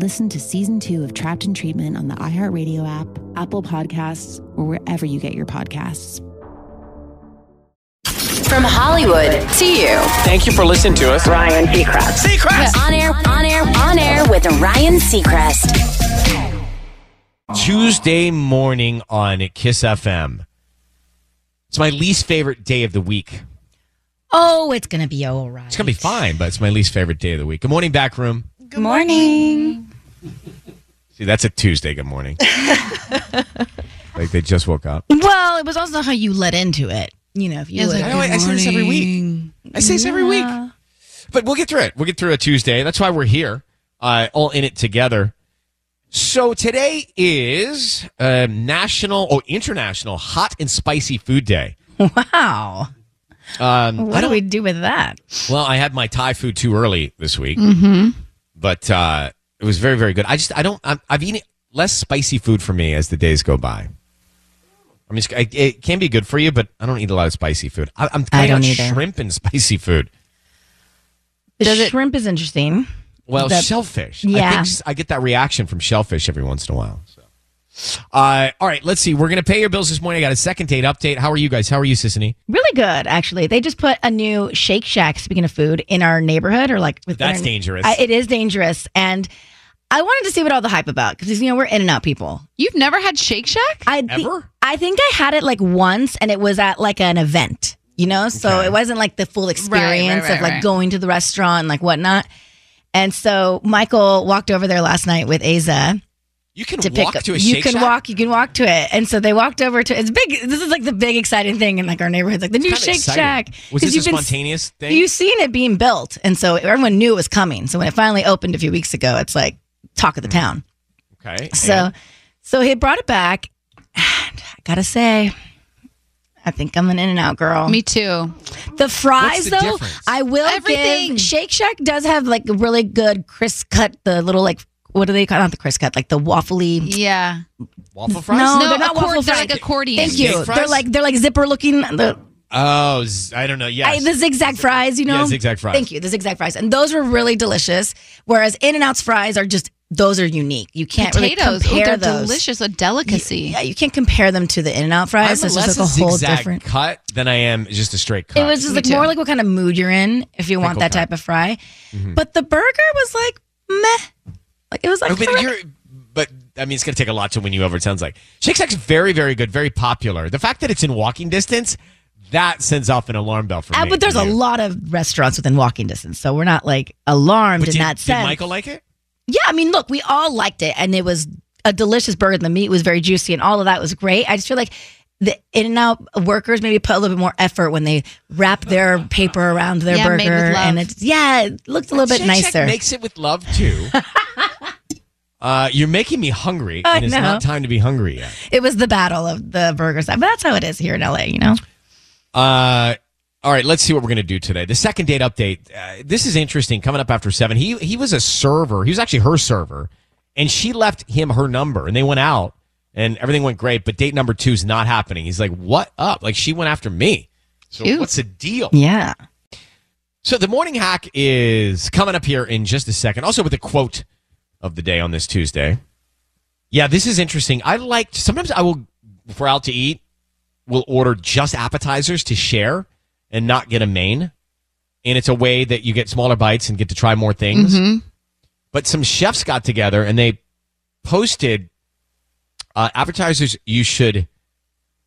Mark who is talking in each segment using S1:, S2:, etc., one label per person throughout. S1: Listen to season two of Trapped in Treatment on the iHeartRadio app, Apple Podcasts, or wherever you get your podcasts.
S2: From Hollywood to you.
S3: Thank you for listening to us.
S4: Ryan Seacrest.
S2: Seacrest! On air, on air, on air with Ryan Seacrest.
S5: Tuesday morning on Kiss FM. It's my least favorite day of the week.
S6: Oh, it's going to be all right.
S5: It's going to be fine, but it's my least favorite day of the week. Good morning, back room.
S6: Good morning.
S5: See, that's a Tuesday good morning. like they just woke up.
S6: Well, it was also how you let into it. You know, if you
S5: Yeah, it's
S6: were
S5: like, I know, I say this every week. I say this every week. But we'll get through it. We'll get through a Tuesday. That's why we're here, uh, all in it together. So today is uh, National or International Hot and Spicy Food Day.
S6: Wow.
S5: Um,
S6: What do we do with that?
S5: well, I had my Thai food too early this week,
S6: Mm-hmm.
S5: but uh, it was very, very good. I just I don't I'm, I've eaten less spicy food for me as the days go by. I mean, I, it can be good for you, but I don't eat a lot of spicy food. I, I'm
S6: I
S5: cutting out
S6: don't either.
S5: shrimp and spicy food.
S6: The shrimp is interesting.
S5: Well,
S6: The-
S5: shellfish. I,
S6: Yeah.
S5: think, s- I get that reaction from shellfish every once in a while. So, uh, all right, let's see. We're gonna pay your bills this morning. I got a second date update. How are you guys? How are you, Sissany?
S6: Really good, actually. They just put a new Shake Shack, speaking of food, in our neighborhood or like within
S5: That's
S6: our-
S5: dangerous.
S6: I, it is dangerous. And I wanted to see what all the hype about because, you know, we're in and out people.
S7: You've never had Shake Shack?
S6: I thi-
S5: Ever?
S6: I think I had it like once and it was at like an event, you know? So
S5: Okay.
S6: it wasn't like the full experience
S7: right,
S6: of like
S7: right.
S6: going to the restaurant and like whatnot. And so Michael walked over there last night with Asa
S5: You can
S6: to pick
S5: walk
S6: up.
S5: to a
S6: you
S5: Shake
S6: can
S5: Shack?
S6: walk, you can walk to it. And so they walked over to it's big this is like the big exciting thing in like our neighborhood, like the new
S5: Kinda
S6: Shake
S5: exciting.
S6: Shack. 'Cause
S5: Was this a
S6: you've been-
S5: spontaneous thing?
S6: You've seen it being built. And so everyone knew it was coming. So when it finally opened a few weeks ago, it's like talk of
S5: Hmm.
S6: the town.
S5: okay.
S6: So,
S5: and-
S6: so he brought it back. And I gotta say, I think I'm an In and Out girl.
S7: Me too.
S6: the fries
S5: Oh. What's the
S6: though,
S5: difference?
S6: I will
S7: Everything.
S6: give. Shake Shack does have like really good crisp cut. The little like what do they call not the crisp cut like the waffly.
S7: Yeah.
S5: waffle fries.
S6: No,
S7: no,
S6: they're not waffle
S7: accord- they're
S6: fries.
S7: like accordion.
S6: Thank
S5: Steak
S6: you.
S5: fries?
S6: They're like they're like zipper looking. The
S5: Oh, z- I don't know. Yes.
S6: I, the zigzag fries, you know.
S5: Yeah, zigzag fries.
S6: Thank you. The zigzag fries, and those were really delicious. Whereas In and Out's fries are just those are unique. You can't really
S7: Potatoes.
S6: compare
S7: oh, they're
S6: those.
S7: delicious. A delicacy.
S6: Yeah, you can't compare them to the In and Out fries.
S5: I'm
S6: It's just
S5: less
S6: like a whole
S5: zigzag
S6: different.
S5: cut than I am just a straight cut.
S6: It was just
S7: Me
S6: like
S7: too.
S6: more like what kind of mood you're in if you want
S5: Pickle Mm-hmm.
S6: that
S5: cut.
S6: type of fry. But the burger was like meh. Like it was like
S5: Oh, but
S6: correct.
S5: you're. But I mean, it's going to take a lot to win you over. It sounds like Shake Shack's very, very good, very popular. The fact that it's in walking distance, that sends off an alarm bell for
S6: Uh,
S5: me.
S6: but there's
S5: for
S6: a
S5: you.
S6: lot of restaurants within walking distance, so we're not like alarmed
S5: But
S6: in
S5: did,
S6: that
S5: did
S6: sense.
S5: Michael like it?
S6: yeah, I mean, look, we all liked it, and it was a delicious burger. The meat was very juicy and all of that was great. I just feel like the in and out workers maybe put a little bit more effort when they wrap their paper around their
S7: Yeah,
S6: burger.
S7: made with love.
S6: And it's, yeah, it looked a little bit
S5: Shake Shack
S6: nicer.
S5: makes it with love too. uh, you're making me hungry,
S6: I
S5: and it's
S6: know.
S5: not time to be hungry yet.
S6: It was the battle of the burgers. But that's how it is here in LA, you know?
S5: Uh, all right, let's see what we're going to do today. The second date update. Uh, this is interesting. Coming up after seven, he he was a server. He was actually her server, and she left him her number, and they went out, and everything went great. But date number two is not happening. He's like, "What up?" Like she went after me. So what's the deal?
S6: Yeah.
S5: So the morning hack is coming up here in just a second. Also with a quote of the day on this Tuesday. Yeah, this is interesting. I like sometimes I will if we're out to eat, we'll order just appetizers to share and not get a main. And it's a way that you get smaller bites and get to try more things. But some chefs got together and they posted uh, appetizers you should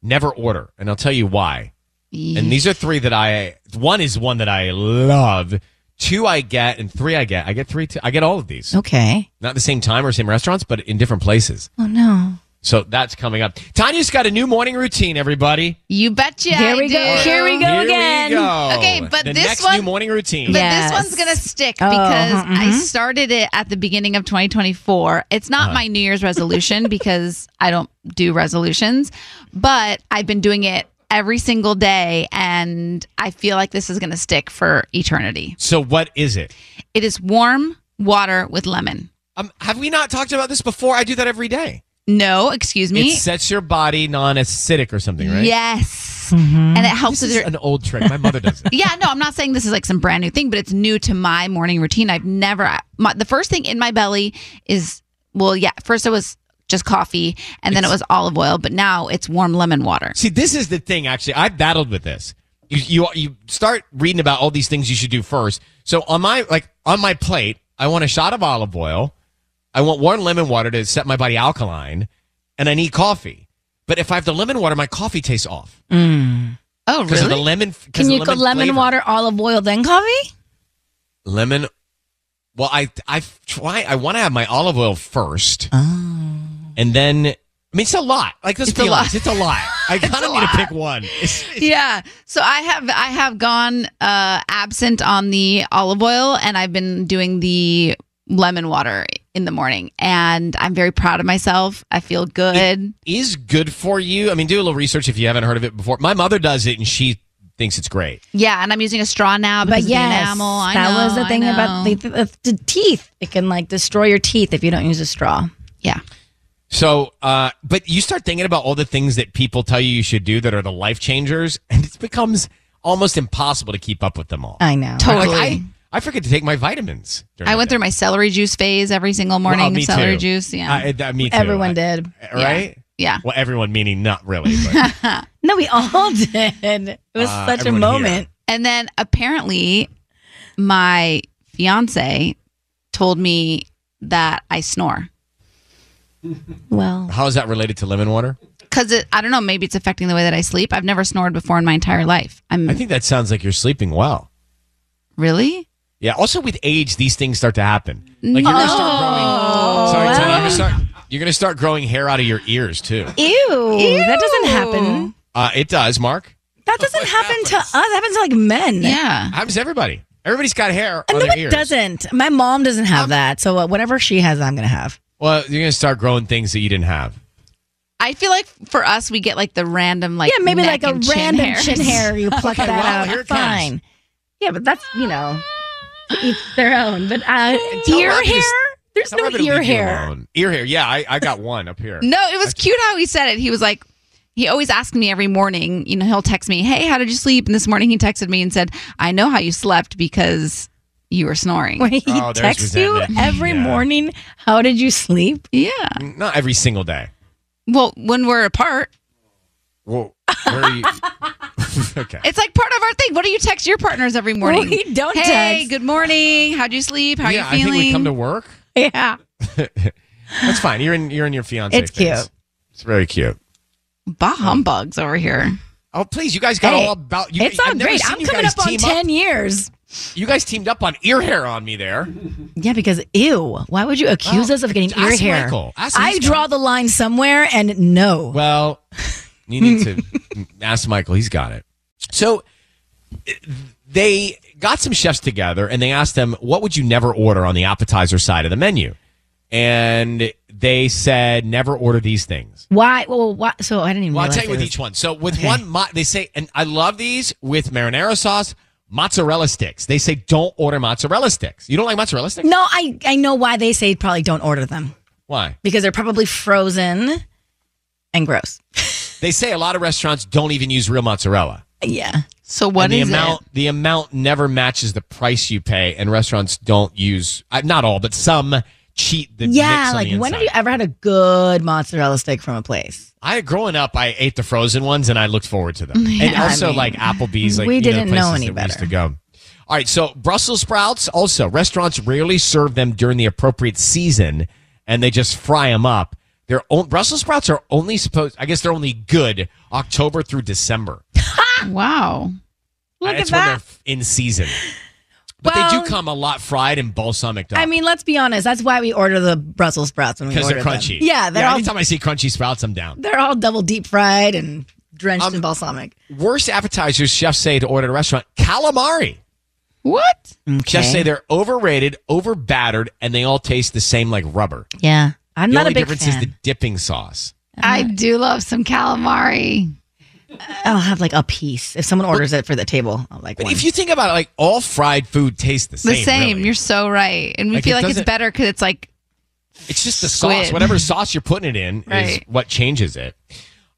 S5: never order, and I'll tell you why. And these are three that I one is one that I love. Two I get, and three I get. I get three. T- I get all of these.
S6: Okay.
S5: Not the same time or same restaurants, but in different places.
S6: Oh, no.
S5: So that's coming up. Tanya's got a new morning routine. Everybody.
S7: You betcha. I
S5: Here we go.
S7: do.
S5: Here we go Here we again. go.
S7: Okay, but
S5: The
S7: this
S5: next
S7: one
S5: new morning routine.
S7: But
S5: Yes.
S7: this one's gonna stick
S5: Oh,
S7: because
S6: mm-hmm,
S5: uh-huh,
S7: I
S5: mhm.
S7: started it at the beginning of 2024. It's not
S5: Uh-huh.
S7: my New Year's resolution because I don't do resolutions, but I've been doing it every single day, and I feel like this is gonna stick for eternity.
S5: So what is it?
S7: It is warm water with lemon.
S5: Um, have we not talked about this before? I do that every day.
S7: No, excuse me.
S5: It sets your body non-acidic or something, right?
S7: Yes. And it helps
S5: This
S7: with
S5: is
S7: your
S5: an old trick. My mother does it.
S7: yeah, no, I'm not saying this is like some brand new thing, but it's new to my morning routine. I've never my, the first thing in my belly is well, yeah. First it was just coffee, and then it was olive oil, but now it's warm lemon water.
S5: See, this is the thing. Actually, I battled with this. You, you you start reading about all these things you should do first. So on my like on my plate, I want a shot of olive oil. I want warm lemon water to set my body alkaline, and I need coffee. But if I have the lemon water, my coffee tastes off.
S7: Oh,
S5: Because of the lemon. 'cause
S6: Can
S5: of
S6: you
S5: the
S6: go lemon
S5: flavor.
S6: water, olive oil, then coffee?
S5: Lemon. Well, I I try. I want to have my olive oil first, and then I mean it's a lot. Like let's
S7: It's
S5: be
S7: a lot.
S5: honest, it's a lot. I kind of need to pick one. It's-
S7: yeah. So I have I have gone uh absent on the olive oil and I've been doing the lemon water in the morning and I'm very proud of myself. I feel good.
S5: is good for you. I mean, do a little research if you haven't heard of it before. My mother does it, and she thinks it's great.
S7: yeah, and I'm using a straw now
S6: But
S7: because
S6: yes,
S7: of the enamel. I
S6: that
S7: know,
S6: was the
S7: I
S6: thing about
S7: know.
S6: the, the, the teeth. It can like destroy your teeth if you don't use a straw.
S7: Yeah.
S5: So, uh, but you start thinking about all the things that people tell you you should do that are the life changers, and it becomes almost impossible to keep up with them all.
S6: I know.
S7: Totally.
S5: Like, I, I forget to take my vitamins. during
S7: I
S5: the
S7: went
S5: day.
S7: through my celery juice phase every single morning.
S5: Well, me
S7: celery
S5: too.
S7: juice, yeah.
S5: I, that- me too.
S6: Everyone
S5: I- eh,
S6: did.
S5: Right?
S7: Yeah.
S5: Well, everyone meaning not really. But,
S6: No, we all did. It was
S5: Uh,
S6: such a
S5: everyone here.
S6: moment.
S7: And then apparently, my fiance told me that I snore
S6: Well,
S5: how is that related to lemon water?
S7: because I don't know. Maybe it's affecting the way that I sleep. I've never snored before in my entire life. I'm
S5: I think that sounds like you're sleeping well.
S7: really.
S5: Yeah. Also, with age, these things start to happen. Like you're gonna start growing. Sorry, Tony, you're gonna start. You're gonna start growing hair out of your ears too.
S6: Ew, that doesn't happen.
S5: Uh, it does, Mark.
S6: That doesn't happen to us. That happens to like men.
S7: Yeah.
S5: Happens to everybody. Everybody's got hair
S6: And
S5: on
S6: no,
S5: their
S6: it
S5: ears. Um,
S6: doesn't. My mom doesn't have that. So uh, whatever she has, I'm gonna have.
S5: Well, you're gonna start growing things that you didn't have.
S7: I feel like for us, we get like the random like
S6: yeah, maybe like
S7: neck
S6: a
S7: and chin
S6: random
S7: hairs.
S6: chin hair. You pluck that
S5: wow,
S6: out.
S5: here it comes.
S6: Fine. Yeah, but that's you know, to each their own. But uh, ear
S5: Robbie to
S6: hair?
S5: s-
S6: There's
S5: Tell
S6: no
S5: Robert to
S6: ear
S5: leave you
S6: hair.
S5: alone. Ear hair. Yeah, I, I got one up here.
S7: No, it was cute how he said it. He was like, he always asked me every morning, you know, he'll text me, Hey, how did you sleep? And this morning he texted me and said, I know how you slept because you were snoring.
S6: When he
S5: Oh, there's
S6: texts you
S5: resentment.
S6: every
S5: Yeah.
S6: morning, how did you sleep?
S7: Yeah.
S5: Not every single day.
S7: Well, when we're apart,
S5: Whoa. Where are you? okay.
S7: it's like part of our thing. What do you text your partners every morning?
S6: We don't
S7: Hey,
S6: text.
S7: good morning. How'd you sleep? How
S5: yeah,
S7: are you
S5: I
S7: feeling?
S5: think we come to work.
S6: Yeah.
S5: That's fine. You're in. You're in your fiance.
S6: It's
S5: phase.
S6: cute.
S5: It's very cute.
S7: Bah humbugs over here.
S5: Oh please, you guys got
S6: Hey,
S5: all about. You,
S6: it's all
S5: I've never
S6: great.
S5: seen
S6: I'm
S5: you
S6: coming
S5: guys
S6: up on
S5: team
S6: ten years.
S5: You guys teamed up on ear hair on me there.
S6: Yeah, because ew, why would you accuse us of getting
S5: ask
S6: ear hair?
S5: Michael. Ask
S6: I
S5: he's
S6: draw the line somewhere, and no.
S5: Well, you need to ask Michael. He's got it. So they got some chefs together and they asked them, what would you never order on the appetizer side of the menu? And they said, never order these things.
S6: Why? Well, why? So I didn't even.
S5: Well, I'll
S6: realize
S5: tell you
S6: it
S5: with
S6: was-
S5: each one. So with one, mo- they say, and I love these with marinara sauce, mozzarella sticks. They say, don't order mozzarella sticks. You don't like mozzarella sticks?
S6: No, I I know why they say probably don't order them
S5: Why?
S6: because they're probably frozen and gross.
S5: They say a lot of restaurants don't even use real mozzarella.
S6: Yeah.
S7: So
S5: And the amount the amount never matches the price you pay and restaurants don't use uh, not all but some cheat the mix
S6: yeah,
S5: on
S6: like
S5: the
S6: when have
S5: inside.
S6: you ever had a good mozzarella stick from a place?
S5: I growing up I ate the frozen ones and I looked forward to them
S6: Yeah,
S5: and
S6: I
S5: also
S6: mean,
S5: like Applebee's like
S6: we
S5: you know,
S6: didn't know
S5: places
S6: any
S5: that we used to go all right so Brussels sprouts also restaurants rarely serve them during the appropriate season and they just fry them up their own Brussels sprouts are only supposed I guess they're only good October through December
S7: wow. Look
S5: That's
S6: at
S5: when
S6: that.
S5: they're f- in season. But they
S6: Well-
S5: do come a lot fried and balsamic
S6: I mean, let's be honest. That's why we order the Brussels sprouts when we
S5: because
S6: order
S5: they're
S6: them.
S5: crunchy.
S6: Yeah, they're all
S5: anytime I see crunchy sprouts, I'm down.
S6: they're all double deep fried and drenched
S5: Um,
S6: in balsamic.
S5: Worst appetizers chefs say to order at a restaurant calamari.
S7: What?
S5: Chefs say they're overrated, over battered, and they all taste the same like rubber.
S6: Yeah, I'm
S5: the
S6: not
S5: only
S6: a big
S5: difference
S6: fan.
S5: is the dipping sauce.
S7: I do love some calamari.
S6: I'll have like a piece if someone orders it for the table. I'll like
S5: But
S6: one.
S5: if you think about it, like all fried food tastes the
S7: The
S5: same.
S7: same.
S5: really.
S7: You're so right. And we
S5: Like, it
S7: feel like it's
S5: doesn't-
S7: better because it's like
S5: It's just the
S7: Squid.
S5: sauce. Whatever sauce you're putting it in is
S7: Right.
S5: what changes it.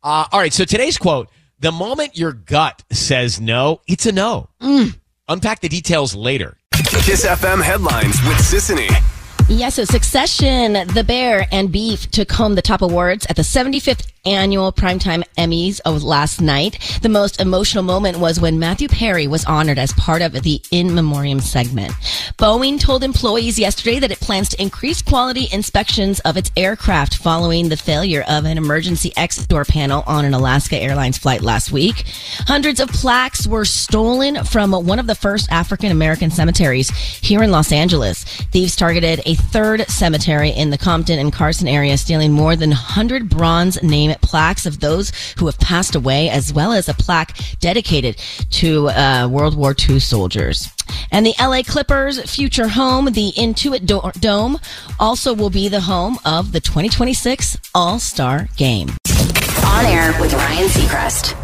S5: Uh, all right. So today's quote The moment your gut says no, it's a no.
S7: Mm.
S5: Unpack the details later.
S3: Kiss FM headlines with Sissany.
S4: Yes, so Succession, The Bear, and Beef took home the top awards at the 75th annual Primetime Emmys of last night. The most emotional moment was when Matthew Perry was honored as part of the In Memoriam segment. Boeing told employees yesterday that it plans to increase quality inspections of its aircraft following the failure of an emergency exit door panel on an Alaska Airlines flight last week. Hundreds of plaques were stolen from one of the first African American cemeteries here in Los Angeles. Thieves targeted a third cemetery in the Compton and Carson area, stealing more than 100 bronze name plaques of those who have passed away, as well as a plaque dedicated to uh, World War II soldiers. And the LA Clippers' future home, the Intuit Do- Dome, also will be the home of the 2026 All Star Game.
S2: On air with Ryan Seacrest.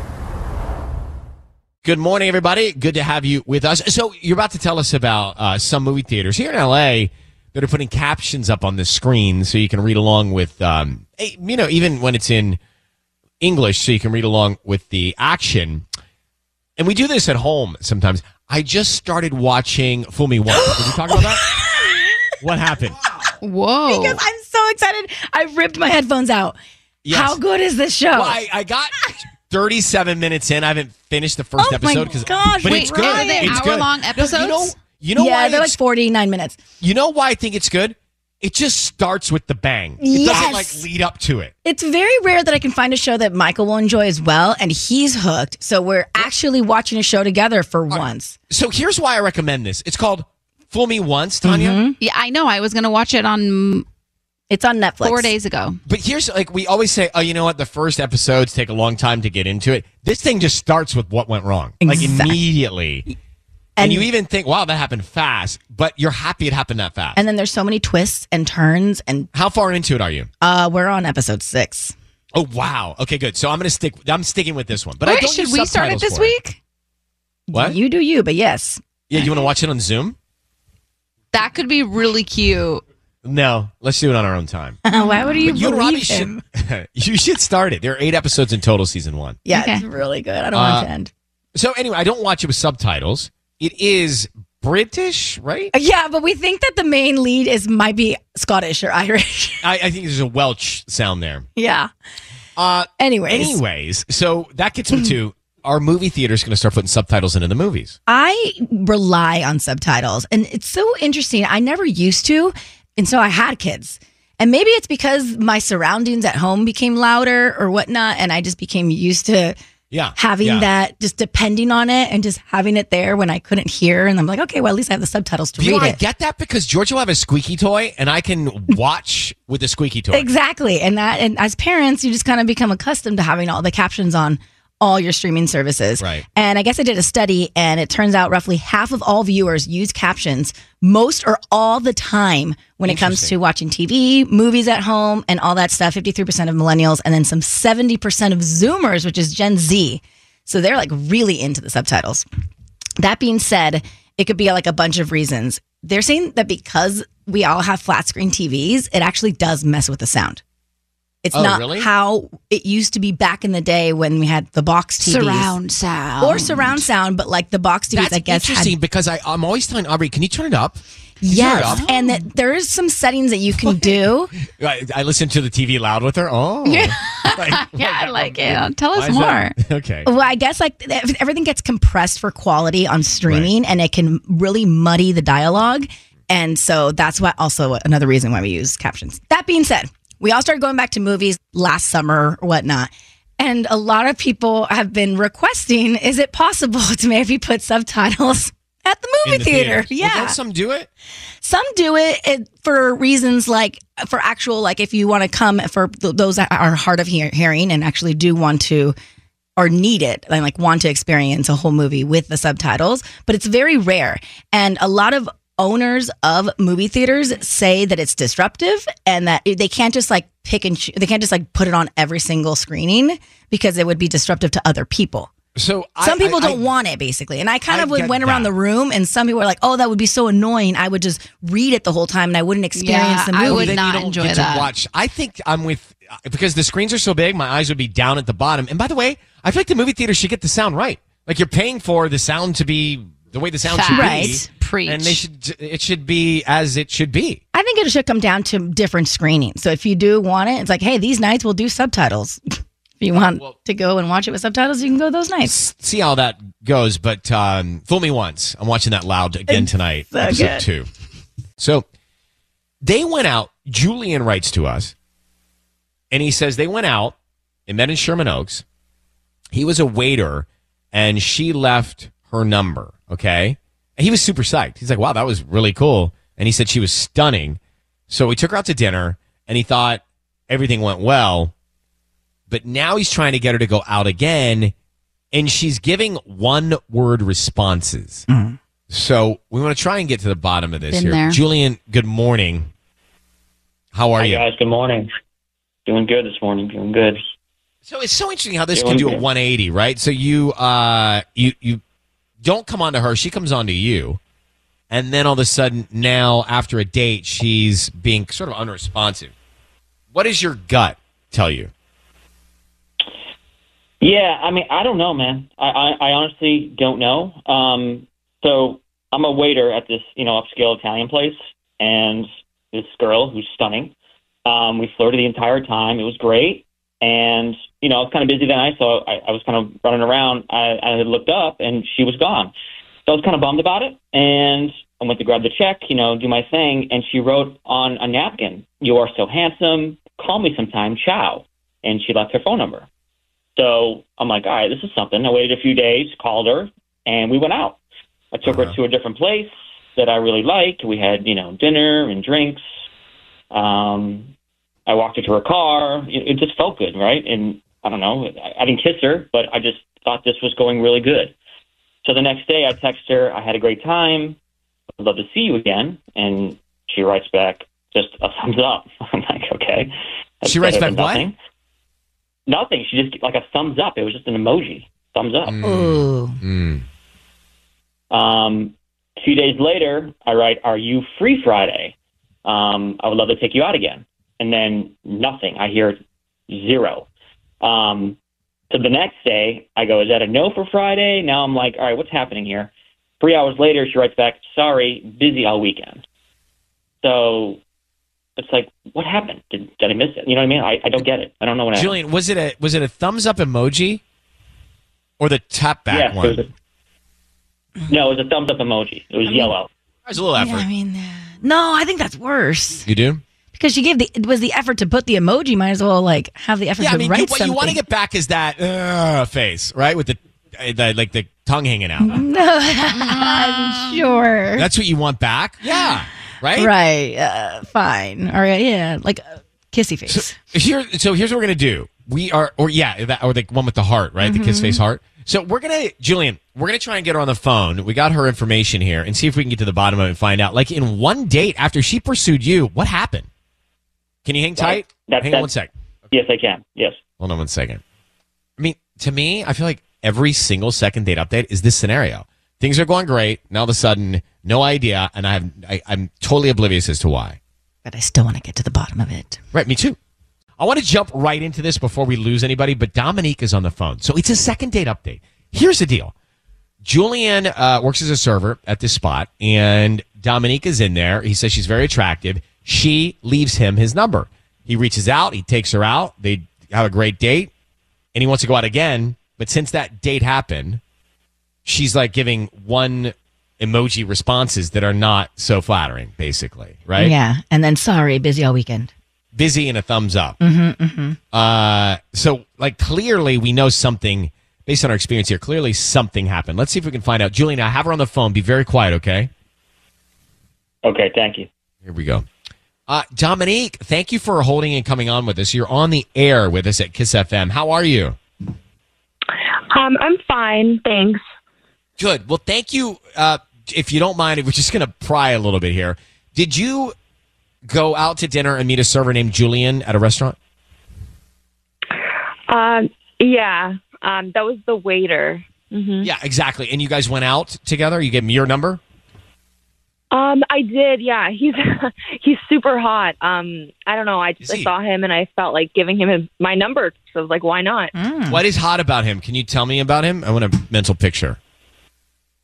S5: Good morning, everybody. Good to have you with us. So, you're about to tell us about uh, some movie theaters here in LA that are putting captions up on the screen so you can read along with, um, eh, you know, even when it's in English, so you can read along with the action. And we do this at home sometimes. I just started watching Fool Me Once. Did we talk about that? What happened?
S7: Whoa.
S6: Because I'm so excited. I ripped my headphones out.
S5: Yes.
S6: How good is this show?
S5: Well, I, I got 37 minutes in. I haven't finished the first
S6: Oh my
S5: episode. 'cause-
S6: gosh,
S5: but
S6: wait,
S5: it's
S6: really?
S5: good.
S6: Are they
S5: it's good.
S6: hour-long
S5: No, you
S6: episodes?
S5: know, you know
S6: yeah,
S5: why
S6: they're
S5: it's
S6: like 49 minutes.
S5: You know why I think it's good? It just starts with the bang. It
S6: Yes.
S5: doesn't like lead up to it.
S6: It's very rare that I can find a show that Michael will enjoy as well, and he's hooked. So we're actually watching a show together for once.
S5: So here's why I recommend this. It's called Fool Me Once, Tanya.
S7: mm-hmm.
S6: Mm-hmm.
S7: Yeah, I know. I was going to watch it on.
S6: It's on Netflix.
S7: Four days ago.
S5: But here's like we always say, oh, you know what? The first episodes take a long time to get into it. This thing just starts with what went wrong, like immediately. And, you even think, wow, that happened fast, but you're happy it happened that fast.
S6: And then there's so many twists and turns, and
S5: How far into it are you?
S6: uh, we're on episode six.
S5: Oh wow. Okay, good. So I'm gonna stick. I'm sticking with this one. But I
S7: Wait,
S5: don't
S7: should
S5: use
S7: we start it
S5: subtitles
S7: this
S5: for
S7: week?
S5: What?
S6: You do you, but yes.
S5: Yeah, you want to watch it on Zoom?
S7: That could be really cute.
S5: No, let's do it on our own time.
S6: Why would you
S7: But you
S6: believe
S7: probably
S6: him?
S5: you should start it. There are eight episodes in total, season one.
S6: Yeah, it's really good. I don't want
S5: Uh,
S6: to end.
S5: So anyway, I don't watch it with subtitles. It is British, right?
S6: Yeah, but we think that the main lead is might be Scottish or Irish.
S5: I, I think there's a Welsh sound there.
S6: yeah.
S5: Uh,
S6: anyways,
S5: Anyways, so that gets me to our movie theater is going to start putting subtitles into the movies.
S6: I rely on subtitles, and it's so interesting. I never used to, and so I had kids. And maybe it's because my surroundings at home became louder or whatnot, and I just became used to
S5: Yeah.
S6: having
S5: yeah.
S6: that just depending on it and just having it there when I couldn't hear and I'm like, okay, well at least I have the subtitles to
S5: Do you know
S6: read
S5: I
S6: it.
S5: get that because George will have a squeaky toy and I can watch with the squeaky toy.
S6: Exactly. And that and as parents, you just kind of become accustomed to having all the captions on all your streaming services.
S5: Right.
S6: And I guess I did a study and it turns out roughly half of all viewers use captions most or all the time when it comes to watching TV, movies at home and all that stuff. 53% of millennials and then some 70% of Zoomers, which is Gen Z. So they're like really into the subtitles. That being said, it could be like a bunch of reasons. They're saying that because we all have flat screen TVs, it actually does mess with the sound. It's
S7: Oh,
S6: not
S7: really?
S6: how it used to be back in the day when we had the box TVs.
S7: Surround sound.
S6: Or surround sound, but like the box TVs,
S5: That's
S6: I guess. had-
S5: interesting because I, I'm always telling Aubrey, can you turn it up? Can you turn it
S6: yes.
S5: up?"
S6: And that there is some settings that you can do.
S5: I, I listen to the TV loud with her. Oh.
S7: yeah, I like it. Tell
S5: Why
S7: us
S5: is
S7: more.
S5: that- Okay.
S6: Well, I guess like th- everything gets compressed for quality on streaming and it can really muddy the dialogue. And so that's why also another reason why we use captions. That being said, we all started going back to movies last summer or whatnot. And a lot of people have been requesting, is it possible to maybe put subtitles at the movie
S5: In the
S6: theater?
S5: theaters. Well,
S6: Yeah.
S5: don't some do it?
S6: Some do it, it for reasons like for actual like if you want to come for th- those that are hard of hear- hearing and actually do want to or need it and like want to experience a whole movie with the subtitles, but it's very rare and a lot of owners of movie theaters say that it's disruptive and that it- they can't just like pick and cho- they can't just like put it on every single screening because it would be disruptive to other people.
S5: So I-
S6: Some people
S5: I-
S6: don't
S5: I-
S6: want it, basically. And I kind
S5: I
S6: of would,
S5: get
S6: went around
S5: that.
S6: the room, and some people were like, "Oh, that would be so annoying. I would just read it the whole time, and I wouldn't experience
S7: Yeah,
S6: the
S7: I
S6: movie."
S7: would Then you not don't enjoy
S5: get to watch. I think I'm with because the screens are so big, my eyes would be down at the bottom. And by the way, I feel like the movie theater should get the sound right. Like you're paying for the sound to be the way the sound should
S6: Facts.
S5: be.
S7: Preach.
S5: And they should it should be as it should be.
S6: I think it should come down to different screenings. So if you do want it, it's like, "Hey, these nights we'll do subtitles." if you want to go and watch it with subtitles, you can go those nights.
S5: See how that goes, but um, fool me once. I'm watching that loud again tonight.
S6: so
S5: episode
S6: good.
S5: two. So they went out. Julian writes to us, and he says they went out and met in Sherman Oaks. He was a waiter, and she left her number. Okay, and he was super psyched. He's like, "Wow, that was really cool." And he said she was stunning. So he took her out to dinner, and he thought everything went well. But now he's trying to get her to go out again, and she's giving one word responses. So we want to try and get to the bottom of this
S8: Been
S5: here.
S8: there.
S5: Julian, good morning. How are
S8: Hi,
S5: you?
S8: guys? Good morning. Doing good this morning. Doing good.
S5: So it's so interesting how this
S8: Yeah,
S5: can
S8: one
S5: do a
S8: thing.
S5: 180, right? So you uh you you don't come onto her, she comes onto you. And then all of a sudden now after a date, she's being sort of unresponsive. What does your gut tell you?
S8: Yeah, I mean, I don't know, man. I, I, I honestly don't know. Um, so I'm a waiter at this, you know, upscale Italian place, and this girl who's stunning. Um, we flirted the entire time. It was great, and you know, I was kind of busy that night, so I, I was kind of running around. I, I had looked up, and she was gone. So I was kind of bummed about it, and I went to grab the check, you know, do my thing, and she wrote on a napkin, "You are so handsome. Call me sometime. Ciao." And she left her phone number. So I'm like, all right, this is something. I waited a few days, called her, and we went out. I took
S5: Uh-huh.
S8: her to a different place that I really liked. We had, you know, dinner and drinks. Um, I walked her to her car. It, it just felt good, right? And I don't know, I, I didn't kiss her, but I just thought this was going really good. So the next day, I text her, I had a great time. I'd love to see you again. And she writes back just a thumbs up. I'm like, okay. That's
S5: She writes
S8: better than
S5: back what?
S8: nothing. Nothing. She just like a thumbs up. It was just an emoji. Thumbs up.
S5: Mm.
S6: Ooh. Mm.
S8: Um, a few days later, I write, "Are you free Friday? Um, I would love to take you out again." And then nothing. I hear zero. Um, so the next day, I go, "Is that a no for Friday?" Now I'm like, "All right, what's happening here?" Three hours later, she writes back, "Sorry, busy all weekend." So it's like, what happened? Did, did I miss it? You know what I mean? I, I don't get it. I don't know what happened.
S5: Julian, was it a was it a thumbs up emoji? Or the tap back
S8: Yes, it
S5: one?
S8: was No, it was a thumbs up emoji. It was yellow.
S5: There's a little effort.
S6: No, I think that's worse
S5: you do?
S6: because she gave the it was the effort to put the emoji. Might as well like have the effort
S5: Yeah,
S6: to
S5: I mean, you,
S6: write
S5: what
S6: something.
S5: you want to get back is that uh, face, right? With the, uh, the like the tongue hanging out.
S6: no, I'm sure.
S5: That's what you want back. Yeah. Right.
S6: Right. Uh, fine. All right. Yeah. Like uh, kissy face.
S5: Here, so here's what we're gonna do. We are, or yeah, that, or the one with the heart, right? The kiss
S6: Mhm.
S5: face heart. So we're gonna, Julian, we're gonna try and get her on the phone. We got her information here, and see if we can get to the bottom of it and find out. Like in one date after she pursued you, what happened? Can you hang tight?
S8: That-
S5: hang
S8: that-
S5: on one sec.
S8: Yes, I can. Yes.
S5: Hold on one second. I mean, to me, I feel like every single second date update is this scenario. Things are going great, and all of a sudden, no idea, and I have, I, I'm totally oblivious as to why.
S6: But I still want to get to the bottom of it.
S5: Right, me too. I want to jump right into this before we lose anybody, but Dominique is on the phone. So it's a second date update. Here's the deal Julianne uh, works as a server at this spot, and Dominique is in there. He says she's very attractive. She leaves him his number. He reaches out, he takes her out. They have a great date, and he wants to go out again. But since that date happened, she's like giving one emoji responses that are not so flattering, basically, right?
S6: Yeah. And then sorry, busy all weekend.
S5: Busy and a thumbs up.
S6: Mm-hmm. Mm-hmm.
S5: Uh, so like clearly we know something based on our experience here. Clearly something happened. Let's see if we can find out. Julian, I have her on the phone. Be very quiet, okay?
S8: Okay. Thank you.
S5: Here we go. Uh, Dominique, thank you for holding and coming on with us. You're on the air with us at Kiss FM. How are you?
S9: Um, I'm fine, thanks.
S5: Good. Well, thank you. Uh, if you don't mind, we're just going to pry a little bit here. Did you go out to dinner and meet a server named Julian at a restaurant?
S9: Um, yeah, um, that was the waiter. hmm
S5: Yeah, exactly. And you guys went out together? You gave him your number?
S9: Um, I did. Yeah, he's he's super hot. Um, I don't know. I just I saw him and I felt like giving him his- my number. So I was like, why not?
S5: What is hot about him? Can you tell me about him? I want a mental picture.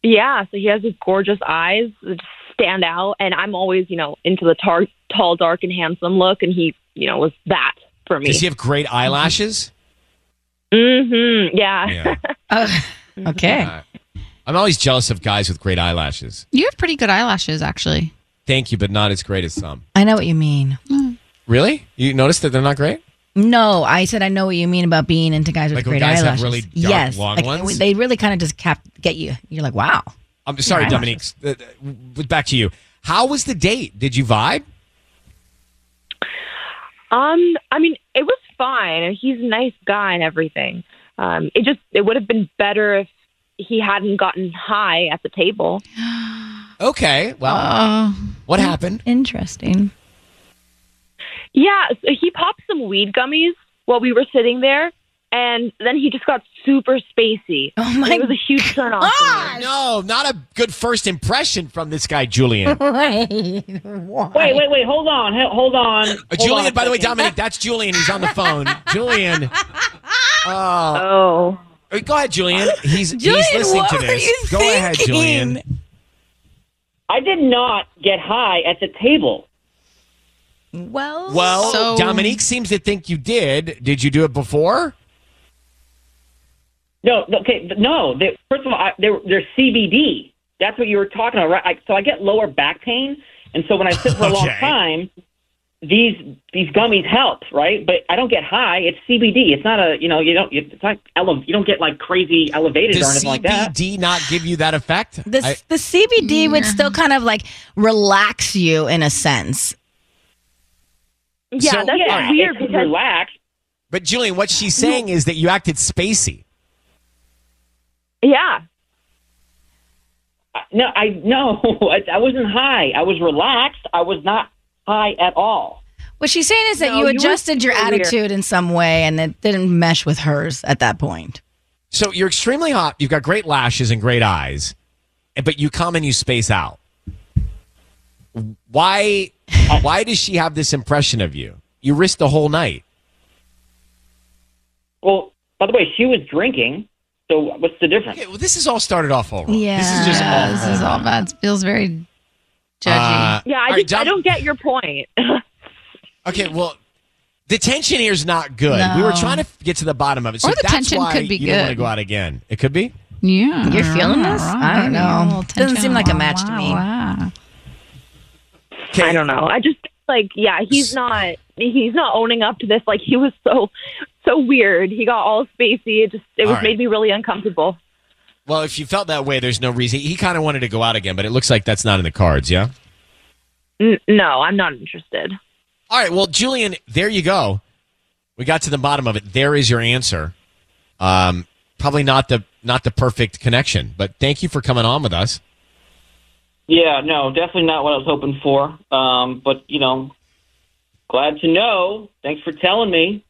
S9: Yeah. So he has his gorgeous eyes that just stand out, and I'm always you know into the tar- tall, dark, and handsome look, and he you know was that for me.
S5: Does he have great eyelashes?
S6: Mm,
S9: mm-hmm. Yeah.
S5: Yeah.
S6: okay.
S5: Uh, I'm always jealous of guys with great eyelashes.
S7: You have pretty good eyelashes, actually.
S5: Thank you, but not as great as some.
S6: I know what you mean.
S5: Really? You notice that they're not great?
S6: No, I said I know what you mean about being into guys with
S5: Like when
S6: great
S5: guys have
S6: eyelashes.
S5: really dark,
S6: yes,
S5: long
S6: like,
S5: ones?
S6: They really kind of just cap- get you. You're like, wow.
S5: I'm sorry,
S6: Yeah,
S5: Dominique.
S6: eyelashes.
S5: Uh, uh, Back to you. How was the date? Did you vibe?
S9: Um, I mean, it was fine. and He's a nice guy and everything. Um, it just it would have been better if he hadn't gotten high at the table.
S5: Okay. Well, what happened?
S6: "Oh, Interesting.
S9: Yeah, so he popped some weed gummies while we were sitting there, and then he just got super spacey. Oh
S6: my!
S9: It was a huge turn off.
S5: No, not a good first impression from this guy, Julian.
S9: wait,
S8: Wait, wait, wait. Hold on. He- Hold on. Hold
S5: Uh,
S8: on a
S5: Julian, by the way,
S8: second.
S5: Dominic, that's Julian. He's on the phone. Julian. Uh,
S9: Oh.
S5: Go ahead, Julian. He's,
S8: Julian,
S5: he's listening
S8: what
S5: to
S8: were
S5: this.
S8: you
S5: Go ahead,
S8: thinking?
S5: Julian.
S8: I did not get high at the table.
S6: Well,
S5: Well, Dominique seems to think you did. Did you do it before?
S8: No, no, okay, but no. They, first of all, I, they're, they're CBD. That's what you were talking about, right? I, so I get lower back pain, and so when I sit for a long
S10: Okay.
S8: time, these these gummies help, right? But I don't get high. It's CBD. It's not a you know you don't it's not ele- you don't get like crazy elevated or
S5: Does
S8: anything like that.
S5: CBD not give you that effect?
S6: This,
S5: I-
S6: the CBD would still kind of like relax you in a sense.
S9: Yeah,
S5: So-
S9: that's
S5: Yeah,
S9: weird
S5: it's
S9: because
S8: relaxed.
S5: but Julian, what she's saying is that you acted spacey.
S9: Yeah.
S8: Uh, No, I no, I, I wasn't high. I was relaxed. I was not high at all.
S6: What she's saying is that
S8: No,
S6: you
S8: you were
S6: adjusted your
S8: so weird.
S6: attitude in some way, and it didn't mesh with hers at that point.
S5: So you're extremely hot. You've got great lashes and great eyes, but you come and you space out. Why? uh, Why does she have this impression of you? You risked the whole night.
S8: Well, by the way, she was drinking. So what's the difference?
S5: well, this is all started off all wrong.
S8: Yeah,
S5: This is just all
S7: this is all
S5: wrong.
S7: bad. It feels very judgy.
S5: Uh,
S9: Yeah,
S5: all
S9: I,
S5: right,
S9: just, I
S5: Dom-
S9: don't get your point.
S5: Okay, well, the tension here is not good. We were
S7: No.
S5: trying to f- get to the bottom of it. So
S7: Or the
S5: that's
S7: tension
S5: why
S7: could be
S5: you don't want to
S7: good.
S5: go out again. It could be.
S7: yeah,
S6: You're feeling this? I don't know. Doesn't seem like a match to me.
S9: I don't know. I just like, yeah, he's not he's not owning up to this. Like he was so so weird. He got all spacey. It just it
S5: All
S9: was
S5: right.
S9: made me really uncomfortable.
S5: Well, if you felt that way, there's no reason. He kind of wanted to go out again, but it looks like that's not in the cards, yeah?
S9: N- no, I'm not interested.
S5: All right. Well, Julian, there you go. We got to the bottom of it. There is your answer. Um, probably not the not the perfect connection, but thank you for coming on with us.
S8: Yeah, no, definitely not what I was hoping for. Um, but you know, glad to know. Thanks for telling me.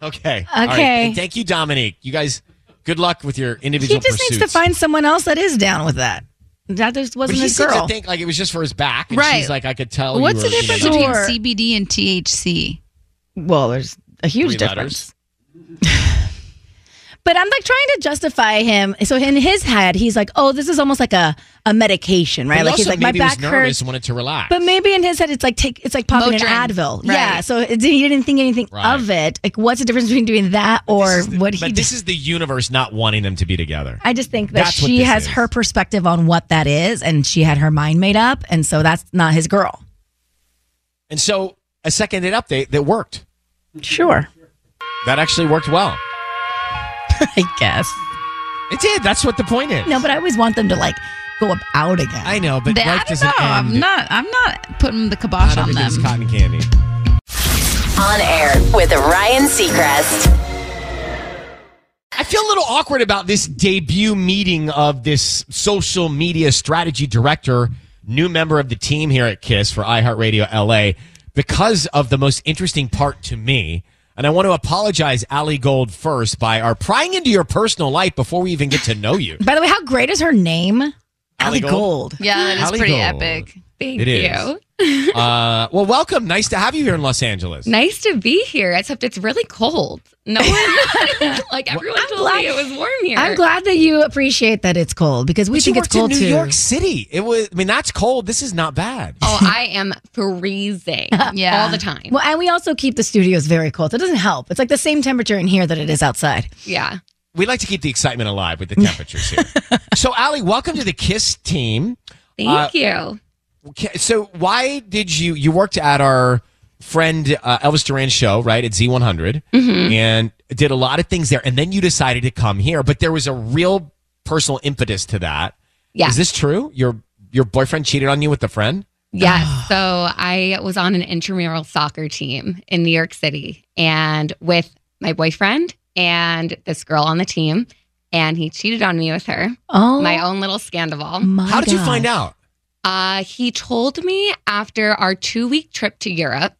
S5: Okay.
S6: All right. Okay.
S5: Thank you, Dominique. You guys, good luck with your
S6: He
S5: individual
S6: just needs to
S5: pursuits.
S6: find someone else that is down with that. That just
S5: but
S6: wasn't
S5: he
S6: his
S5: seems
S6: girl.
S5: to think like it was just for his back, and
S6: Right.
S5: she's like, I could tell.
S7: What's
S5: you
S7: the
S5: were, you know,
S7: difference
S5: you-
S7: between CBD and THC?
S6: Well, there's a huge
S5: Three
S6: difference.
S5: letters.
S6: But I'm like trying to justify him. So in his head, he's like, "Oh, this is almost like a, a medication, right?"
S5: But
S6: like
S5: also
S6: he's like, "My
S5: maybe
S6: back
S5: was nervous
S6: hurts."
S5: and wanted to relax.
S6: But maybe in his head, it's like take it's like popping
S7: Motrin,
S6: an Advil,
S7: right.
S6: yeah. So it, didn't- he didn't think anything
S5: Right.
S6: of it. Like, what's the difference between doing that or what he?
S5: but
S6: did?
S5: this is the universe not wanting them to be together.
S6: I just think that
S5: That's what
S6: she
S5: this
S6: has
S5: is.
S6: her perspective on what that is, and she had her mind made up, and so that's not his girl.
S5: And so a second date update that worked.
S6: Sure,
S5: That actually worked well.
S6: I guess.
S5: It did. That's what the point is.
S6: No, but I always want them to like go up out again.
S5: I know, but
S7: They- I
S5: life
S7: don't
S5: doesn't
S7: know.
S5: end.
S7: I'm not. I'm not putting the kibosh
S5: Not
S7: on them.
S5: everything's cotton candy.
S2: On air with Ryan Seacrest.
S5: I feel a little awkward about this debut meeting of this social media strategy director, new member of the team here at KISS for iHeartRadio LA, because of the most interesting part to me. And I want to apologize, Ali Gold, first by our prying into your personal life before we even get to know you.
S6: By the way, how great is her name?
S5: Ally
S6: Allie
S5: Gold.
S6: Gold.
S7: Yeah, that is
S5: Ally
S7: pretty
S5: Gold.
S7: epic.
S10: Thank
S5: It is.
S10: you.
S5: uh, well, welcome. Nice to have you here in Los Angeles.
S10: Nice to be here, except it's really cold. No one, like everyone told
S6: glad-
S10: me it was warm here.
S6: I'm glad that you appreciate that it's cold because we
S5: But you
S6: think it's
S5: worked in
S6: cold
S5: New
S6: too.
S5: York City. It was. I mean, that's cold. This is not bad.
S10: Oh, I am freezing
S6: Yeah.
S10: Uh, all the time.
S6: Well, and we also keep the studios very cold. It doesn't help. It's like the same temperature in here that it is outside.
S10: Yeah.
S5: we like to keep the excitement alive with the temperatures here. so, Ali, welcome to the Kiss team.
S10: Thank
S5: Uh,
S10: you.
S5: okay, So, why did you you worked at our friend uh, Elvis Duran show, right, at Z100,
S10: Mhm.
S5: and did a lot of things there, and then you decided to come here. But there was a real personal impetus to that. Is
S10: Yeah.
S5: this true? Your your boyfriend cheated on you with a friend.
S10: Yes. so I was on an intramural soccer team in New York City and with my boyfriend and this girl on the team. And he cheated on me with her.
S6: Oh.
S10: my own little scandal.
S5: How did you find out?
S10: Uh, he told me after our two week trip to Europe.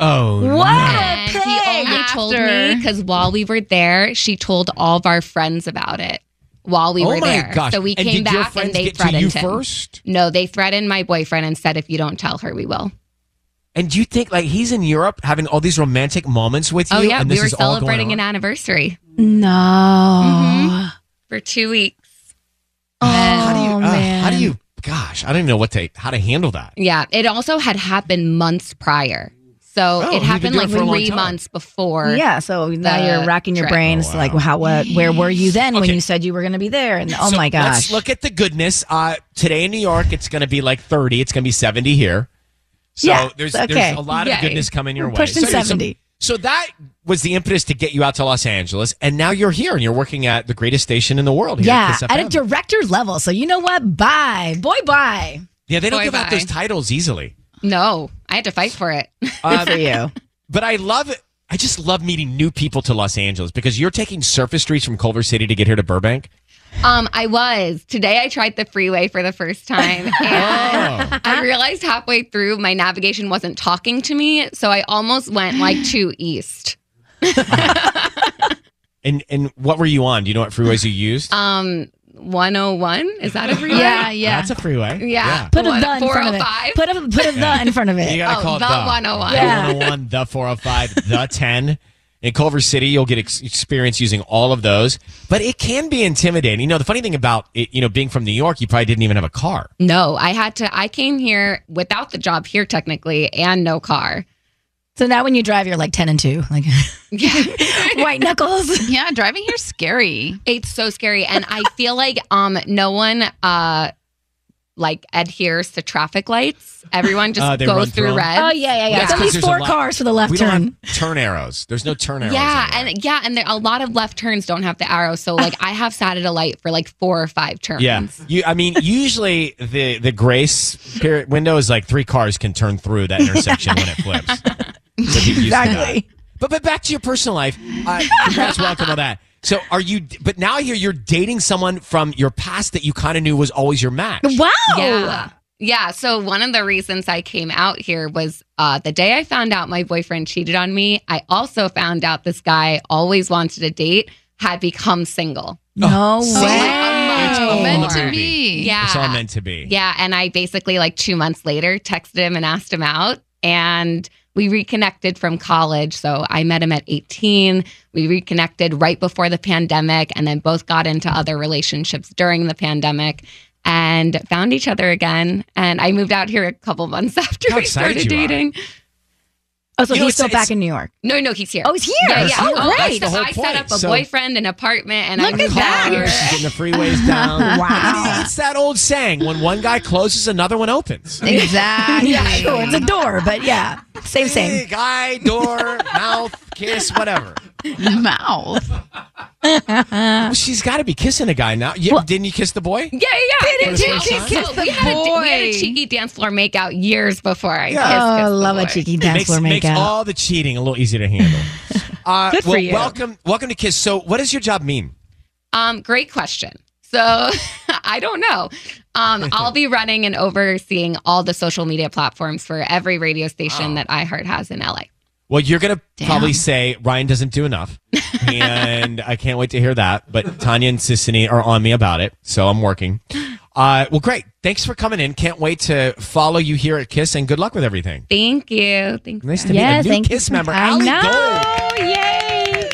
S5: Oh, no.
S10: And he only told me because while we were there, she told all of our friends about it while we
S5: Oh
S10: were
S5: my
S10: there.
S5: gosh.
S10: So we
S5: And
S10: came
S5: did your
S10: back
S5: friends
S10: and they
S5: get to you
S10: threatened him.
S5: first?
S10: No, they threatened my boyfriend and said, if you don't tell her, we will.
S5: And do you think like he's in Europe having all these romantic moments with you?
S10: oh, yeah.
S5: and
S10: We
S5: this
S10: were
S5: is all going
S10: celebrating
S5: on?
S10: an anniversary Mm-hmm.
S6: No.
S10: for two weeks.
S5: how do you, uh, how do you, gosh, I don't even know what to, how to handle that.
S10: Yeah. It also had happened months prior. So
S5: Oh,
S10: it
S5: you've been
S10: happened
S5: doing
S10: like
S5: it for a long
S10: three
S5: time.
S10: months before.
S6: Yeah, so now
S10: the
S6: you're racking your
S10: trip.
S6: brains
S5: Oh,
S6: to like
S5: wow.
S6: how what where were you then when
S5: Okay.
S6: you said you were going to be there and oh
S5: So
S6: my
S5: Let's
S6: gosh.
S5: look at the goodness. Uh, today in New York, it's going to be like 30. It's going to be 70 here. So
S6: Yeah,
S5: there's,
S6: okay.
S5: there's a lot of
S6: Yay.
S5: goodness coming your
S6: We're
S5: way.
S6: pushing
S5: So- so-
S6: 70.
S5: So, that was the impetus to get you out to Los Angeles. And now you're here and you're working at the greatest station in the world. Here
S6: yeah,
S5: Kiss
S6: at a
S5: FM.
S6: director level. So you know what? Bye. Boy bye.
S5: yeah, they don't
S10: Boy,
S5: give out
S10: bye.
S5: those titles easily.
S10: No, I had to fight for it.
S5: Um,
S6: for you.
S5: But I love it. I just love meeting new people to Los Angeles because you're taking surface streets from Culver City to get here to Burbank.
S10: Um, I was. Today I tried the freeway for the first time.
S5: Oh.
S10: And I realized halfway through my navigation wasn't talking to me, so I almost went like to east.
S5: And and what were you on? Do you know what freeways you used?
S10: Um 101? Is that a freeway?
S6: Yeah, yeah.
S5: That's a freeway.
S10: Yeah.
S6: Put a
S10: What,
S6: the in front of it.
S10: 405?
S6: Put a put a the in front of it.
S5: You gotta
S10: Oh,
S5: call it
S10: the
S5: the,
S10: 101.
S5: The
S10: Yeah.
S5: 101, the 405, the 10. In Culver City, you'll get ex- experience using all of those, but it can be intimidating. You know, the funny thing about it, you know, being from New York, you probably didn't even have a car.
S10: No, I had to I came here without the job here technically and no car.
S6: So now when you drive you're like 10 and 2. Like white knuckles.
S7: Yeah, driving here's scary.
S10: It's so scary and I feel like um no one uh like adheres to traffic lights. Everyone just
S5: Uh, they run
S10: goes through
S5: through 'em?
S10: red.
S6: Oh, yeah, yeah, yeah. It's
S5: That's
S6: at
S5: 'cause
S6: least
S5: there's a
S6: four
S5: lot-
S6: cars for the left
S5: we don't
S6: turn.
S5: have turn arrows. There's no turn arrows.
S10: Yeah, and yeah, and there a lot of left turns don't have the arrow. So like I have sat at a light for like four or five turns.
S5: Yeah, you. I mean, usually the the grace period window is like three cars can turn through that intersection when it flips. So get used to that. But but back to your personal life. Uh, congrats, welcome on that. So are you? But now I hear you're dating someone from your past that you kind of knew was always your match.
S10: Wow. Yeah. Yeah. So one of the reasons I came out here was uh, the day I found out my boyfriend cheated on me. I also found out this guy I always wanted a date had become single.
S6: No
S10: So, like, a month
S5: It's all
S10: before.
S5: meant to be.
S10: Yeah.
S5: It's all meant to be.
S10: Yeah. And I basically, like two months later, texted him and asked him out. And we reconnected from college. So I met him at 18. We reconnected right before the pandemic and then both got into other relationships during the pandemic and found each other again. And I moved out here a couple months after
S6: How
S10: we
S6: excited
S10: started
S6: you are.
S10: dating.
S6: Oh, so
S10: You know,
S6: he's still
S10: it's-
S6: back in New York.
S10: No, no, he's here.
S6: Oh, he's here.
S10: Yeah, yeah.
S6: Oh,
S10: I
S6: great. That's
S10: set-
S6: the whole
S10: I set up a
S6: point. So-
S10: boyfriend, an apartment, and I
S5: Look at
S10: moved
S5: that.
S10: here.
S5: Cars, getting the freeways down.
S6: Wow.
S5: It's that old saying: when one guy closes, another one opens.
S6: Exactly. yeah, sure. It's a door, but yeah. Same, same.
S5: Big eye, door, mouth, kiss, whatever.
S7: Mouth.
S5: Well, she's got to be kissing a guy now. You, didn't you kiss the boy?
S10: Yeah, yeah.
S5: Did it
S10: Well,
S5: just kiss
S10: well,
S5: the
S10: we, had A, we had a
S6: boy?
S10: cheeky dance floor makeout years before I
S5: Yeah.
S10: kissed,
S6: Oh,
S10: kissed the
S6: love a
S10: boy.
S6: cheeky
S5: It
S6: dance
S5: makes,
S6: floor
S5: makes
S6: makeout.
S5: all the cheating a little easy to handle. Uh,
S10: Good for
S5: well,
S10: you.
S5: Welcome, welcome to Kiss. So, what does your job mean?
S10: Um, great question. So I don't know. Um, I'll be running and overseeing all the social media platforms for every radio station that iHeart has in LA.
S5: Well, you're gonna probably say Ryan doesn't do enough, and I can't wait to hear that. But Tanya and Sissany are on me about it, so I'm working. Uh, well, great. Thanks for coming in. Can't wait to follow you here at Kiss, and good luck with everything.
S10: Thank you. Thank
S5: Nice
S10: you.
S5: to meet a new Kiss member, Allie Gold.
S10: Oh, yay.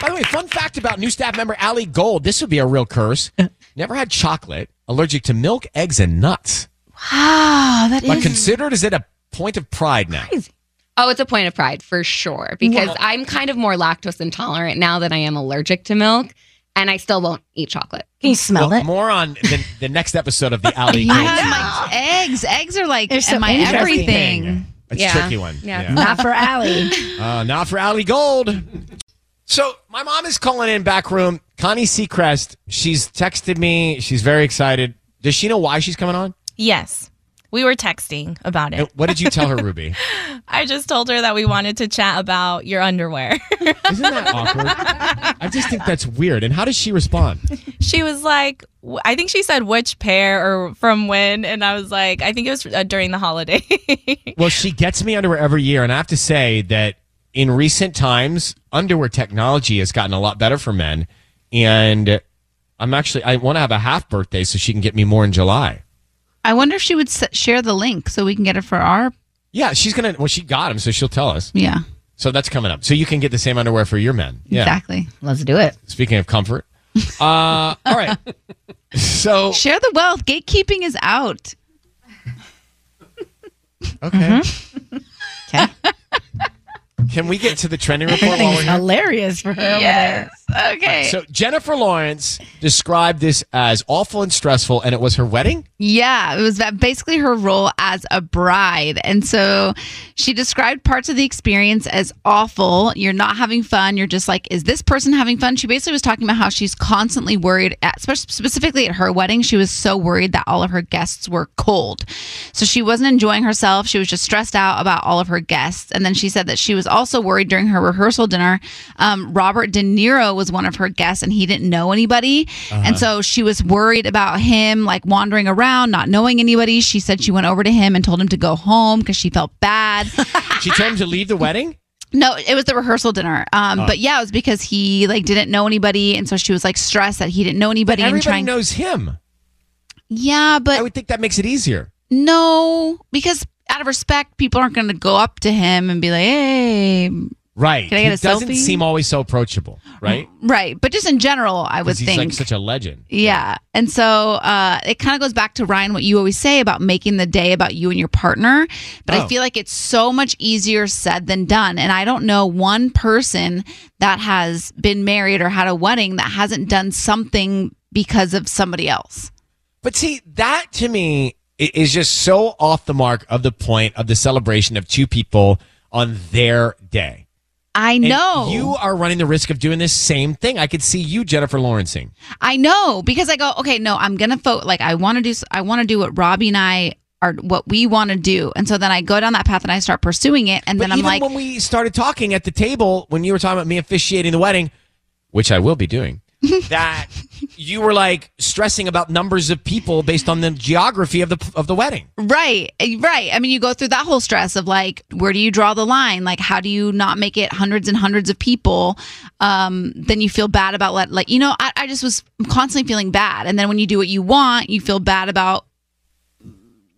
S5: By the way, fun fact about new staff member Allie Gold. This would be a real curse. Never had chocolate. Allergic to milk, eggs, and nuts.
S7: Wow, that
S10: Mm.
S5: But considered, is it a point of pride now?
S10: Oh, it's a point of pride for sure because
S5: Wow.
S10: I'm kind of more lactose intolerant now than I am allergic to milk, and I still won't eat chocolate.
S6: Can you smell
S5: Well, More on the, the next episode of the Allie Gold.
S7: Yeah,
S5: Show.
S7: my eggs. Eggs are like
S6: They're so
S7: my
S6: interesting.
S7: everything.
S5: That's a
S7: Yeah.
S5: tricky one.
S7: Yeah.
S6: Not for Allie.
S5: Uh, not for Allie Gold. So my mom is calling in back room. Connie Seacrest. She's texted me. She's very excited. Does she know why she's coming on?
S11: Yes. We were texting about
S5: And
S11: it.
S5: what did you tell her, Ruby?
S11: I just told her that we wanted to chat about your underwear.
S5: Isn't that awkward? I just think that's weird. And how does she respond?
S11: she was like, w- I think she said which pair or from when. And I was like, I think it was uh, during the holiday.
S5: Well, she gets me underwear every year, and I have to say that in recent times, underwear technology has gotten a lot better for men. And I'm actually I want to have a half birthday so she can get me more in July.
S7: I wonder if she would s- share the link so we can get it for our.
S5: Yeah, she's gonna. Well, she got him, so she'll tell us.
S7: Yeah.
S5: So that's coming up. So you can get the same underwear for your men. Yeah.
S7: Exactly.
S6: Let's do it.
S5: Speaking of comfort, uh, all right. So
S7: Share the wealth. Gatekeeping is out.
S5: okay.
S7: Mm-hmm.
S5: Can we get to the trending report while we're
S6: Everything's
S5: here?
S6: hilarious for her.
S7: Yes. Okay.
S5: So Jennifer Lawrence described this as awful and stressful, and it was her wedding.
S7: Yeah, it was that basically her role as a bride. And so she described parts of the experience as awful. You're not having fun. You're just like, is this person having fun? She basically was talking about how she's constantly worried, at, spe- specifically at her wedding. She was so worried that all of her guests were cold. So she wasn't enjoying herself. She was just stressed out about all of her guests. And then she said that she was also worried during her rehearsal dinner. Um, Robert De Niro was one of her guests and he didn't know anybody. And so
S5: Uh-huh.
S7: she was worried about him like wandering around, not knowing anybody. She said she went over to him and told him to go home because she felt bad.
S5: She told him to leave the wedding.
S7: No, it was the rehearsal dinner. Um,
S5: Oh.
S7: But yeah, it was because he like didn't know anybody, and so she was like stressed that he didn't know anybody. and
S5: Everybody
S7: trying,
S5: knows him.
S7: Yeah, but
S5: I would think that makes it easier.
S7: no, because out of respect, people aren't going to go up to him and be like, "Hey."
S5: Right.
S7: Can I get
S5: he
S7: a
S5: doesn't
S7: selfie?
S5: seem always so approachable, right?
S7: Right, but just in general, I would
S5: Because he's
S7: think
S5: like such a legend.
S7: Yeah. And so uh, it kind of goes back to Ryan, what you always say about making the day about you and your partner. But
S5: Oh.
S7: I feel like it's so much easier said than done. And I don't know one person that has been married or had a wedding that hasn't done something because of somebody else.
S5: But see, that to me it is just so off the mark of the point of the celebration of two people on their day.
S7: I
S5: And
S7: know.
S5: you are running the risk of doing this same thing. I could see you, Jennifer Lawrencing.
S7: I know because I go, okay, no, I'm gonna vote. Like I want to do, s- I want to do what Robbie and I are, what we want to do, and so then I go down that path and I start pursuing it, and
S5: But
S7: then I'm
S5: even
S7: like,
S5: when we started talking at the table, when you were talking about me officiating the wedding, which I will be doing, that you were like stressing about numbers of people based on the geography of the of the wedding.
S7: Right, eh, right. I mean, you go through that whole stress of like, where do you draw the line? Like, how do you not make it hundreds and hundreds of people? Um, then you feel bad about let, like, you know, I, I just was constantly feeling bad. And then when you do what you want, you feel bad about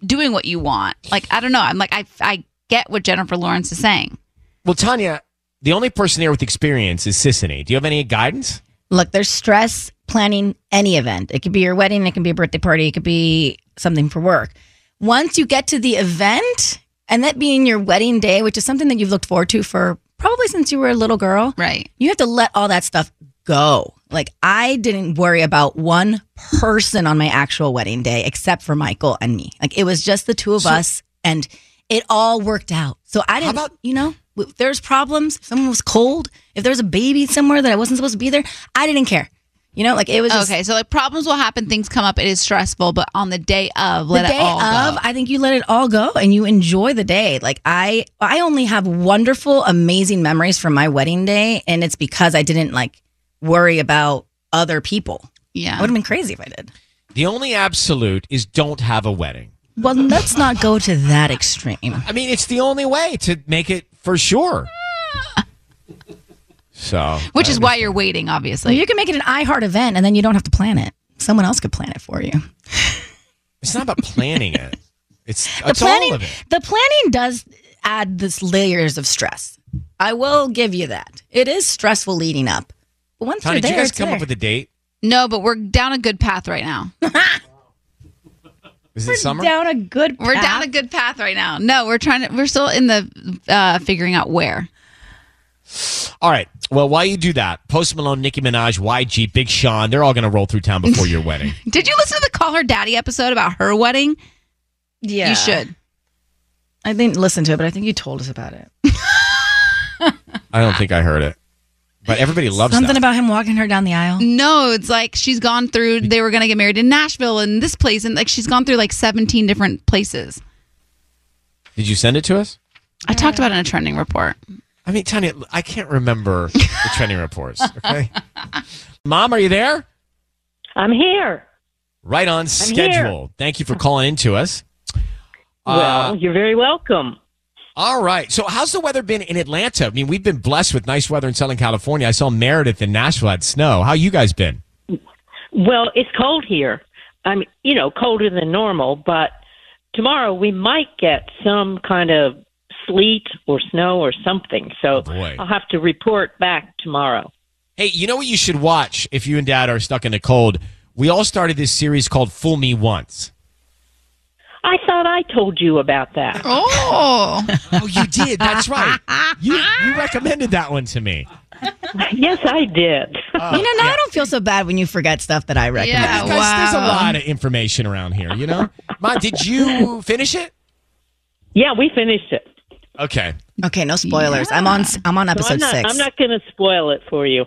S7: doing what you want. Like, I don't know. I'm like, I, I get what Jennifer Lawrence is saying.
S5: Well, Tanya, the only person here with experience is Sissany. Do you have any guidance?
S6: Look, there's stress planning any event. It could be your wedding, it could be a birthday party, it could be something for work. Once you get to the event, and that being your wedding day, which is something that you've looked forward to for probably since you were a little girl,
S7: right?
S6: You have to let all that stuff go. Like I didn't worry about one person on my actual wedding day except for Michael and me. Like it was just the two of
S1: So-
S6: us, and it all worked out. So I didn't, you know, if there's problems, if someone was cold, if there was a baby somewhere that I wasn't supposed to be there, I didn't care. You know, like it was just-
S7: okay. So like, problems will happen, things come up. It is stressful, but on the day of, let
S6: the day
S7: it all
S6: of,
S7: go.
S6: I think you let it all go and you enjoy the day. Like I, I only have wonderful, amazing memories from my wedding day, and it's because I didn't like worry about other people.
S7: Yeah,
S6: I would have been crazy if I did.
S5: The only absolute is don't have a wedding.
S6: Well, let's not go to that extreme.
S5: I mean, it's the only way to make it for sure. So,
S7: Which is why you're waiting, obviously.
S6: you can make it an iHeart event, and then you don't have to plan it. Someone else could plan it for you.
S5: it's not about planning it. It's,
S6: The
S5: it's
S6: planning,
S5: all of it.
S6: the planning does add this layers of stress. I will give you that. It is stressful leading up. But once
S5: Tanya,
S6: you're
S5: did you
S6: there,
S5: guys
S6: it's
S5: come
S6: there.
S5: up with a date?
S7: No, but we're down a good path right now.
S5: Is it summer?
S6: a good
S7: We're down a good path right now. No, we're trying to we're still in the uh figuring out where.
S5: All right. Well, while you do that, Post Malone, Nicki Minaj, YG, Big Sean, they're all going to roll through town before your wedding.
S7: Did you listen to the Call Her Daddy episode about her wedding?
S6: Yeah.
S7: You should.
S6: I didn't listen to it, but I think you told us about it.
S5: I don't think I heard it. But everybody loves
S6: Something
S5: that.
S6: about him walking her down the aisle.
S7: No, it's like she's gone through they were gonna get married in Nashville and this place and like she's gone through like seventeen different places.
S5: Did you send it to us?
S7: I talked about it in a trending report.
S5: I mean, Tanya, I can't remember the trending reports. Okay. Mom, are you there?
S12: I'm here.
S5: Right on schedule. Thank you for calling in to us.
S12: Well,
S5: Uh,
S12: you're very welcome.
S5: all right. So, how's the weather been in Atlanta? I mean, we've been blessed with nice weather in Southern California. I saw Meredith in Nashville had snow. How you guys been?
S12: Well, it's cold here. I mean, you know, colder than normal, but tomorrow we might get some kind of sleet or snow or something. So
S5: Oh, boy.
S12: I'll have to report back tomorrow.
S5: Hey, you know what you should watch if you and dad are stuck in the cold? We all started this series called Fool Me Once.
S12: I thought I told you about that.
S7: Oh.
S5: oh, you did. That's right. You, you recommended that one to me.
S12: yes, I did.
S6: you know, now I don't feel so bad when you forget stuff that I recommend.
S5: Guys, There's a lot of information around here, you know? Ma, did you finish it?
S12: Yeah, we finished it.
S5: Okay.
S6: Okay, no spoilers. I'm on. I'm on
S12: So
S6: episode
S12: I'm not,
S6: six.
S12: I'm not going to spoil it for you.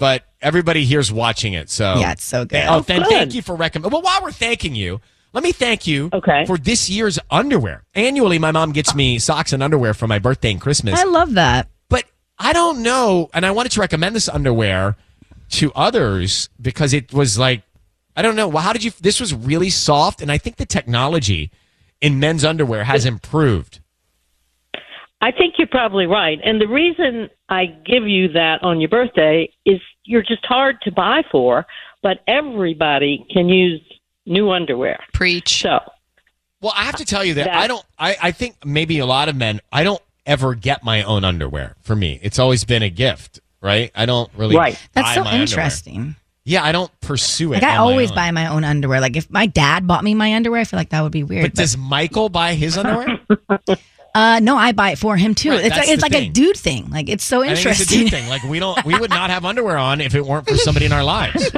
S5: But everybody here's watching it, so.
S6: Yeah, it's so good.
S5: Oh, then
S6: Good.
S5: thank you for recommending. Well, while we're thanking you, let me thank you okay. for this year's underwear. Annually, my mom gets me socks and underwear for my birthday and Christmas.
S6: I love that.
S5: But I don't know, and I wanted to recommend this underwear to others because it was like, I don't know, well, how did you? This was really soft, and I think the technology in men's underwear has improved.
S12: I think you're probably right. And the reason I give you that on your birthday is you're just hard to buy for, but everybody can use new underwear.
S7: Preach.
S12: So,
S5: Well, I have to tell you that I don't. I, I think maybe a lot of men. I don't ever get my own underwear. For me, it's always been a gift, right? I don't really.
S6: Right. That's
S5: buy
S6: so
S5: my underwear.
S6: interesting.
S5: Yeah, I don't pursue it.
S6: Like I
S5: on my
S6: always
S5: own.
S6: buy my own underwear. Like if my dad bought me my underwear, I feel like that would be weird.
S5: But does Michael buy his underwear?
S6: uh, no, I buy it for him too.
S5: Right,
S6: it's
S5: that's
S6: like, it's
S5: the
S6: like a
S5: thing.
S6: dude thing. Like it's so
S5: I think it's a
S6: interesting.
S5: dude thing. Like we don't, we would not have underwear on if it weren't for somebody in our lives.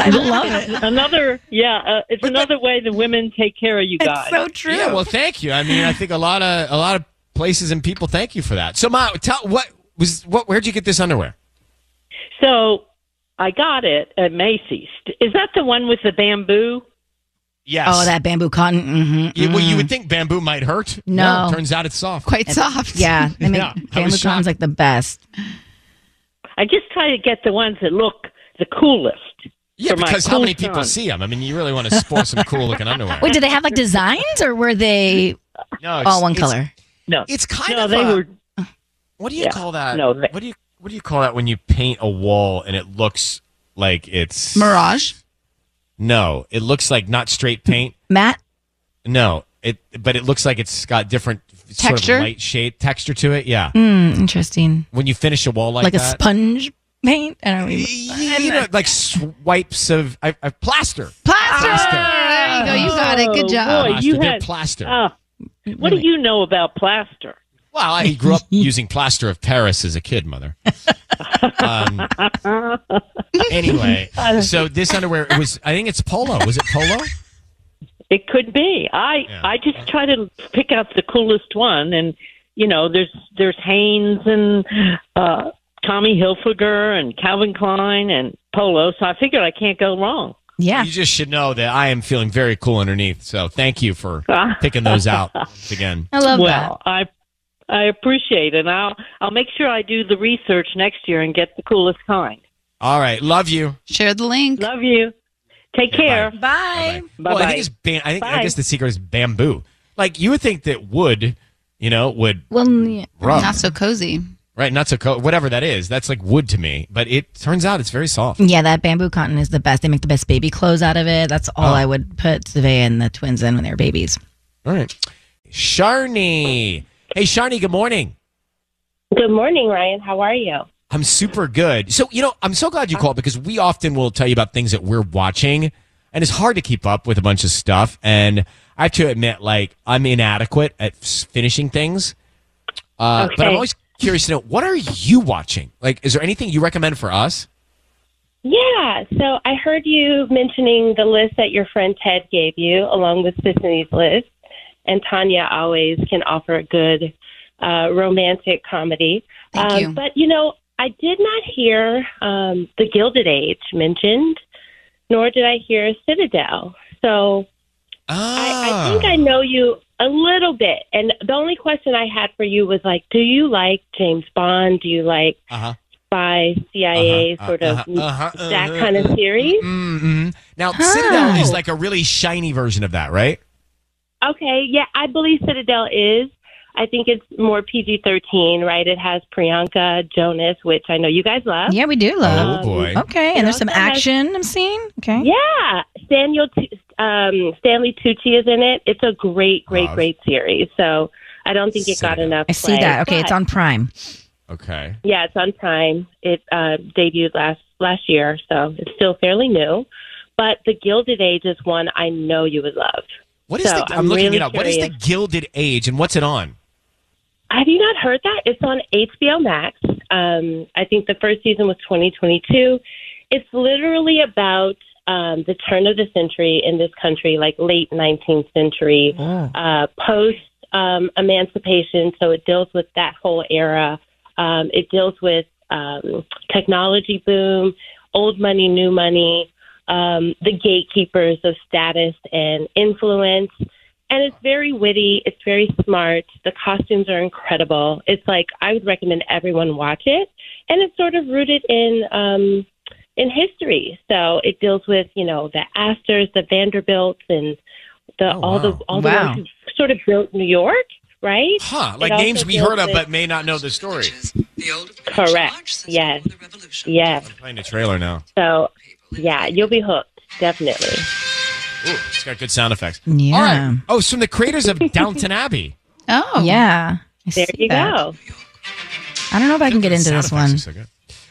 S12: I love it. Another, yeah, uh, it's another way the women take care of you guys.
S5: Yeah, well, thank you. I mean, I think a lot of a lot of places and people thank you for that. So, Ma, tell what was what? Where'd you get this underwear?
S12: So I got it at Macy's. Is that the one with the bamboo?
S5: Yes.
S6: Oh, that bamboo cotton. Mm-hmm,
S5: You- well, you would think bamboo might hurt.
S6: No.
S5: turns out it's soft.
S6: It's- Yeah, they make
S5: Yeah, I was
S6: bamboo
S5: shocked.
S6: cotton's like the best.
S12: I just try to get the ones that look the coolest.
S5: Yeah,
S12: for my
S5: because how
S12: cool
S5: many people
S12: son.
S5: see them? I mean, you really want to sport some cool looking underwear.
S6: Wait, did they have like designs or were they
S5: No, it's-
S6: all one
S5: it's-
S6: color?
S12: No,
S5: it's kind
S12: no,
S5: of
S12: they
S5: a-
S12: were.
S5: What do you
S12: Yeah,
S5: call that?
S12: no,
S5: what do you what do you call that when you paint a wall and it looks like it's
S7: Mirage.
S5: No, it looks like not straight paint.
S6: Matt?
S5: No, it but it looks like it's got different sort
S6: Texture?
S5: of light shade texture to it. Yeah,
S6: Hmm, interesting.
S5: when you finish a wall like,
S6: Like, a
S5: that,
S6: sponge paint? I don't
S5: even you know, like swipes of I, I, plaster.
S7: There you go. You got it. Good job.
S12: Oh, Boy, you
S5: Plaster, they're
S12: had
S5: plaster.
S12: ah, what do you know about plaster?
S5: Well, I grew up using plaster of Paris as a kid, mother. Um, anyway, so this underwear it was I think it's polo. Was it polo?
S12: It could be. I I just try to pick out the coolest one, and you know, there's there's Hanes and uh, Tommy Hilfiger and Calvin Klein and Polo. So I figured I can't go wrong.
S6: Yeah.
S5: You just should know that I am feeling very cool underneath. So thank you for picking those out once again.
S12: well, I I appreciate it. And I'll I'll make sure I do the research next year and get the coolest kind.
S5: All right, love you.
S7: Share the link.
S12: Love you. Take care. Bye. Bye.
S5: Well, I think it's ban- I think I
S12: Bye.
S5: guess the secret is bamboo. Like you would think that wood, you know, would
S6: Well,
S5: Rough.
S7: not so cozy.
S5: right not so co- whatever that is. That's like wood to me, but it turns out it's very soft.
S6: Yeah, that bamboo cotton is the best. They make the best baby clothes out of it. That's all
S5: Oh.
S6: I would put Savea and the twins in when they were babies.
S5: All right, Sharni. Hey, Sharni. Good morning.
S13: Good morning, Ryan. How are you?
S5: I'm super good. So, you know, I'm so glad you called because we often will tell you about things that we're watching, and it's hard to keep up with a bunch of stuff. And I have to admit, like, I'm inadequate at s- finishing things. Uh, But I'm
S13: Okay.
S5: always curious to know what are you watching? Like, is there anything you recommend for us?
S13: Yeah. So I heard you mentioning the list that your friend Ted gave you, along with Sisney's list. And Tanya always can offer a good uh, romantic comedy.
S7: Thank
S13: um,
S7: you.
S13: But, you know, I did not hear um, The Gilded Age mentioned, nor did I hear Citadel. So I, I think I know you a little bit. And the only question I had for you was like, do you like James Bond? Do you like
S5: Uh-huh.
S13: spy CIA
S5: Uh-huh,
S13: sort of
S5: uh-huh, uh-huh,
S13: that
S5: uh-huh,
S13: kind of
S5: uh-huh.
S13: series?
S5: Mm-mm. Now, Citadel
S13: Oh.
S5: is like a really shiny version of that, right?
S13: Okay, yeah, I believe Citadel is. I think it's more PG thirteen, right? It has Priyanka Jonas, which I know you guys love.
S6: Yeah, we do
S5: Oh,
S6: love. Okay,
S13: It
S6: and there's some
S13: also has-
S6: action I'm seeing. Okay.
S13: Yeah, Daniel Tu- um, Stanley Tucci is in it. It's a great, great,
S6: Love.
S13: great series. So I don't think it got enough.
S6: I see
S13: play,
S6: that. Okay, it's
S13: but-
S6: on Prime.
S5: Okay.
S13: Yeah, it's on Prime. It uh, debuted last last year, so it's still fairly new. But the Gilded Age is one I know you would love.
S5: What is
S13: So
S5: the, I'm, looking
S13: really
S5: it up. What is
S13: curious.
S5: the Gilded Age and what's it on?
S13: Have you not heard that? It's on HBO Max. Um, I think the first season was 2022. It's literally about um, the turn of the century in this country, like late 19th century, uh, post um, emancipation. So it deals with that whole era. Um, it deals with um, technology boom, old money, new money, um, the gatekeepers of status and influence. And it's very witty. It's very smart. The costumes are incredible. It's like I would recommend everyone watch it. And it's sort of rooted in um, in history. So it deals with you know the Astors, the Vanderbilts, and the all the all the
S5: Oh, Wow.
S13: ones who sort of built New York, right?
S5: Huh,
S13: It
S5: like
S13: also
S5: names we
S13: deals
S5: heard of
S13: with-
S5: but may not know the story.
S13: correct. Yes. Yes.
S5: Playing a trailer now.
S13: So yeah, you'll be hooked definitely.
S5: Ooh, it's got good sound effects.
S6: Yeah.
S5: All right. Oh, it's from the creators of Downton Abbey.
S7: Oh.
S6: Yeah. I
S13: There
S6: see
S13: you
S6: that.
S13: go.
S6: I don't know if I can get into this one.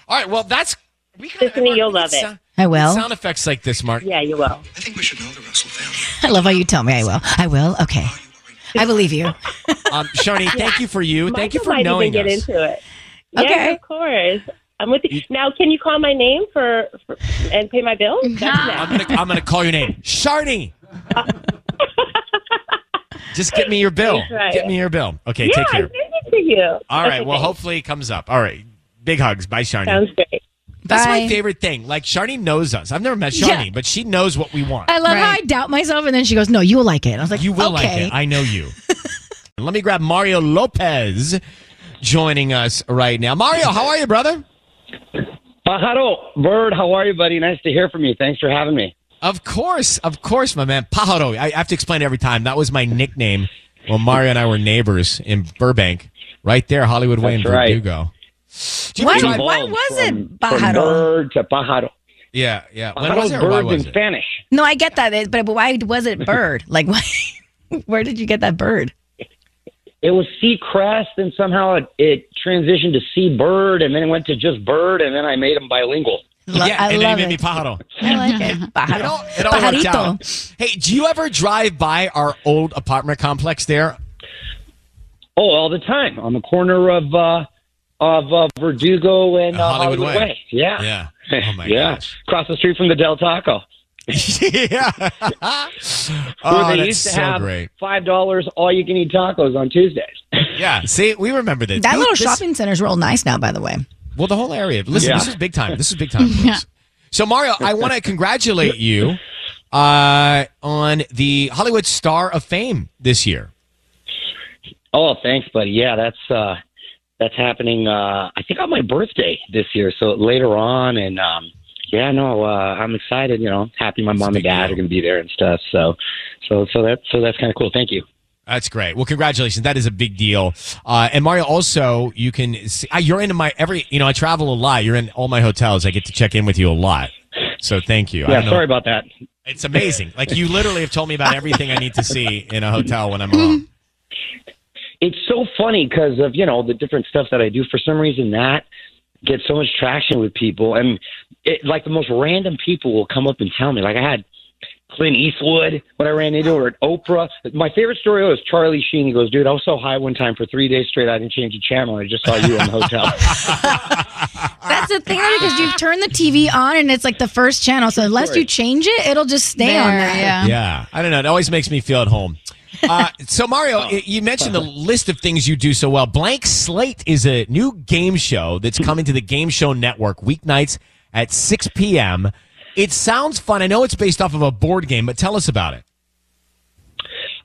S5: All right. Well, that's we could.
S13: Tiffany, you'll love it.
S6: I will.
S5: Sound effects like this, Mark.
S13: Yeah, you will.
S5: I think we should know the Russell family.
S6: I love how you tell me I will. I will. Okay. I believe you.
S5: Um, Sharni, thank you for you. thank you for
S13: might
S5: knowing
S13: even
S5: us.
S13: get into it.
S6: Okay.
S13: Yes, of course. I'm with you. Now, can you call my name for, for and pay my bill?
S5: I'm gonna, I'm gonna call your name, Shardy. Just get me your bill.
S13: That's right.
S5: Get me your bill. Okay,
S13: yeah,
S5: take care.
S13: I send it to you.
S5: All right.
S13: Okay,
S5: Well,
S13: thanks.
S5: hopefully it comes up. All right. Big hugs. Bye, Sharni.
S13: Sounds great.
S5: That's my
S6: Bye.
S5: favorite thing. Like Sharni knows us. I've never met Sharni,
S6: Yeah.
S5: but she knows what we want.
S6: I love how I doubt myself, and then she goes, "No, you will like it." And I was like,
S5: You will
S6: okay.
S5: like it. I know you. And Let me grab Mario Lopez joining us right now. Mario, how are you, brother?
S14: Pajaro, Bird, how are you, buddy? Nice to hear from you. Thanks for having me.
S5: Of course, of course, my man. Pajaro. I I have to explain it every time. That was my nickname when Mario and I were neighbors in Burbank, right there, Hollywood Way in
S14: That's right.
S5: Verdugo. Do you
S14: What-
S5: drive-
S14: what
S6: was it,
S14: From
S6: Bajaro?
S14: bird to Pajaro.
S5: Yeah, yeah.
S6: When was it or
S14: Bird
S6: why was
S14: in
S6: it?
S14: Spanish.
S6: No, I get that, it- but but why was it bird? Like, why? Where did you get that bird?
S14: It was sea crest, and somehow it, it transitioned to sea bird, and then it went to just bird, and then I made them bilingual.
S5: yeah, and then you made me Pajaro.
S6: I like it. Pajaro.
S5: It all, it all worked out. Hey, do you ever drive by our old apartment complex there?
S14: Oh, all the time on the corner of uh, of uh, Verdugo and uh, Hollywood, Way. Yeah,
S5: yeah.
S14: Oh my yeah. gosh! Across the street from the Del Taco.
S5: yeah. Oh,
S14: Where they
S5: that's
S14: used to
S5: so
S14: have
S5: great.
S14: five dollars all you can eat tacos on Tuesdays.
S5: Yeah. See, we remember this.
S6: That
S5: Dude,
S6: little
S5: this-
S6: shopping center's real nice now, by the way.
S5: Well, the whole area. Listen,
S6: Yeah.
S5: this is big time. This is big time. folks. So, Mario, I want to congratulate you uh, on the Hollywood Star of Fame this year.
S14: Oh, thanks, buddy. Yeah, that's uh that's happening uh I think on my birthday this year, so later on and um yeah, no, uh I'm excited, you know. Happy my mom and dad are gonna be there and stuff. So so so that so that's kinda cool. Thank you.
S5: That's great. Well, congratulations. That is a big deal. Uh, and Mario, also, you can see, uh, you're into my every, you know, I travel a lot. You're in all my hotels. I get to check in with you a lot. So thank you. I
S14: yeah,
S5: don't know-
S14: sorry about that.
S5: It's amazing. Like you literally have told me about everything I need to see in a hotel when I'm home.
S14: It's so funny because of, you know, the different stuff that I do. For some reason that gets so much traction with people and it like the most random people will come up and tell me. Like I had Clint Eastwood when I ran into her at Oprah. My favorite story was Charlie Sheen. He goes, dude, I was so high one time for three days straight I didn't change the channel. I just saw you in the hotel.
S6: That's the thing though, because you've turned the TV on and it's like the first channel. So unless you change it, it'll just stay on
S5: There,
S6: that.
S5: Yeah. I don't know. It always makes me feel at home. Uh, so Mario, i- you mentioned the list of things you do so well. Blank Slate is a new game show that's coming to the Game Show Network weeknights at 6 p.m. It sounds fun. I know it's based off of a board game, but tell us about it.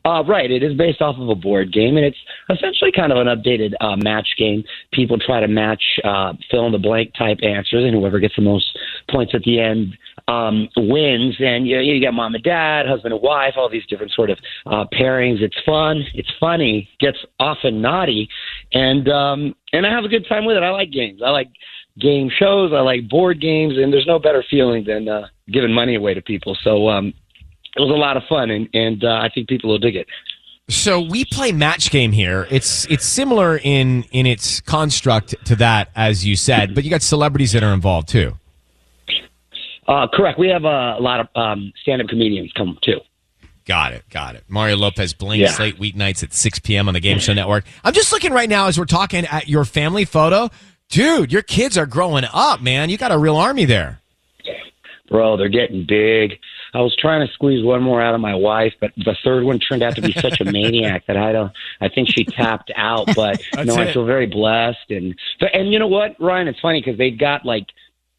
S14: Uh, right. It is based off of a board game, and it's essentially kind of an updated uh, match game. People try to match uh, fill in the blank type answers, and whoever gets the most points at the end um, wins. And you, you got mom and dad, husband and wife, all these different sort of uh, pairings. It's fun. It's funny. Gets often naughty, and um, and I have a good time with it. I like games. I like game shows. I like board games, and there's no better feeling than uh, giving money away to people. So. Um, it was a lot of fun, and, and uh, I think people will dig it.
S5: So we play match game here. It's it's similar in in its construct to that, as you said, but you got celebrities that are involved too.
S14: Uh, correct. We have uh, a lot of um, stand-up comedians come too.
S5: Got it. Got it. Mario Lopez Blink
S14: Yeah.
S5: Slate weeknights at 6 p.m. on the Game Show Network. I'm just looking right now as we're talking at your family photo. Dude, your kids are growing up, man. You got a real army there.
S14: Bro, they're getting big. I was trying to squeeze one more out of my wife, but the third one turned out to be such a maniac that I don't. I think she tapped out. But
S15: That's
S14: no, I
S15: it.
S14: feel very blessed. And so- and you know what, Ryan? It's funny because they've got like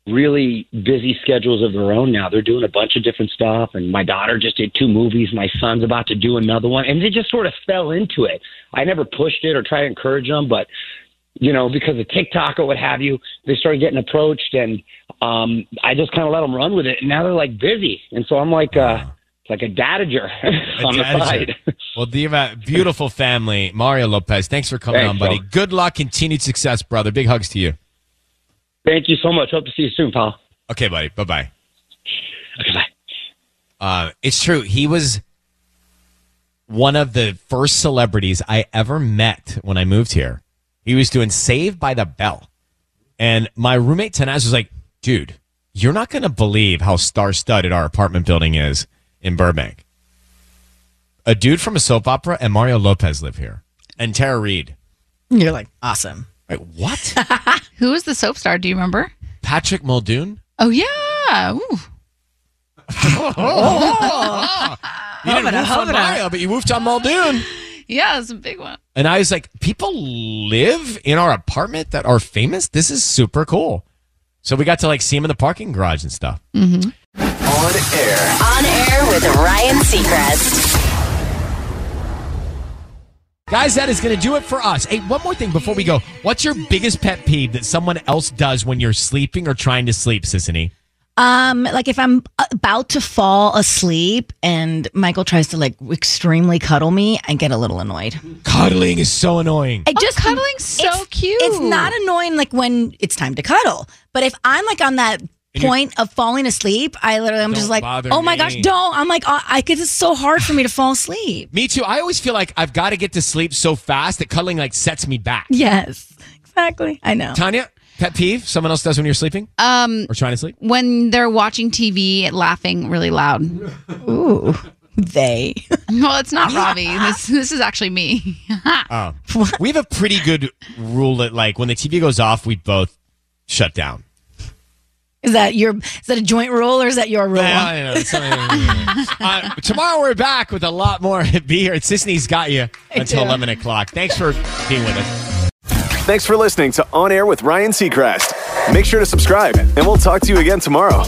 S14: really busy schedules of their own now. They're doing a bunch of different stuff. And my daughter just did two movies. My son's about to do another one, and they just sort of fell into it. I never pushed it or tried to encourage them, but you know, because of TikTok or what have you, they started getting approached, and um, I just kind of let them run with it. And now they're like busy, and so I'm like, uh, like a dadager on the side.
S5: Well, Diva, beautiful family. Mario Lopez, thanks for coming
S14: Thanks,
S5: on, buddy.
S14: Phil.
S5: Good luck, continued success, brother. Big hugs to you.
S14: Thank you so much. Hope to see you soon, Paul.
S5: Okay, buddy. Bye bye. Uh, it's true. He was one of the first celebrities I ever met when I moved here. He was doing Saved by the Bell. And my roommate Tanaz was like, dude, you're not going to believe how star studded our apartment building is in Burbank. A dude from a soap opera and Mario Lopez live here and Tara Reid.
S6: You're like awesome.
S5: Wait, what?
S7: Who was the soap star? Do you remember?
S5: Patrick Muldoon?
S7: Oh yeah. Ooh.
S5: You didn't woof on Mario, but you woofed on Muldoon.
S7: Yeah, it's a big one.
S5: And I was like, people live in our apartment that are famous? This is super cool. So we got to like see him in the parking garage and stuff.
S2: Mm-hmm.
S3: On air.
S2: On air with Ryan Seacrest.
S5: Guys, that is going to do it for us. Hey, one more thing before we go. What's your biggest pet peeve that someone else does when you're sleeping or trying to sleep, Sissany?
S6: Um, like if I'm about to fall asleep and Michael tries to like extremely cuddle me, I get a little annoyed.
S5: Cuddling is so annoying.
S6: I just Oh, cuddling's so cute. It's not annoying like when it's time to cuddle, but if I'm like on that
S5: And you're-
S6: point of falling asleep, I literally I'm
S5: Don't
S6: just like,
S5: bother
S6: oh my
S5: me.
S6: gosh, don't! I'm like, I because it's so hard for me to fall asleep.
S5: Me too. I always feel like I've got to get to sleep so fast that cuddling like sets me back.
S6: Yes, exactly. I know.
S5: Tanya, pet peeve someone else does when you're sleeping
S7: Um,
S5: or trying to sleep?
S7: when they're watching TV, laughing really loud.
S6: Ooh, they.
S7: Well, it's not Robbie. This this is actually me.
S5: Oh. We have a pretty good rule that like when the TV goes off, we both shut down.
S6: Is that your? Is that a joint rule or is that your rule?
S5: Yeah, I know. It's something- Uh, tomorrow we're back with a lot more. Be here. Sisney's got you until
S3: do.
S5: 11 o'clock. Thanks for being with us.
S3: Thanks for listening to On Air with Ryan Seacrest. Make sure to subscribe, and we'll talk to you again tomorrow.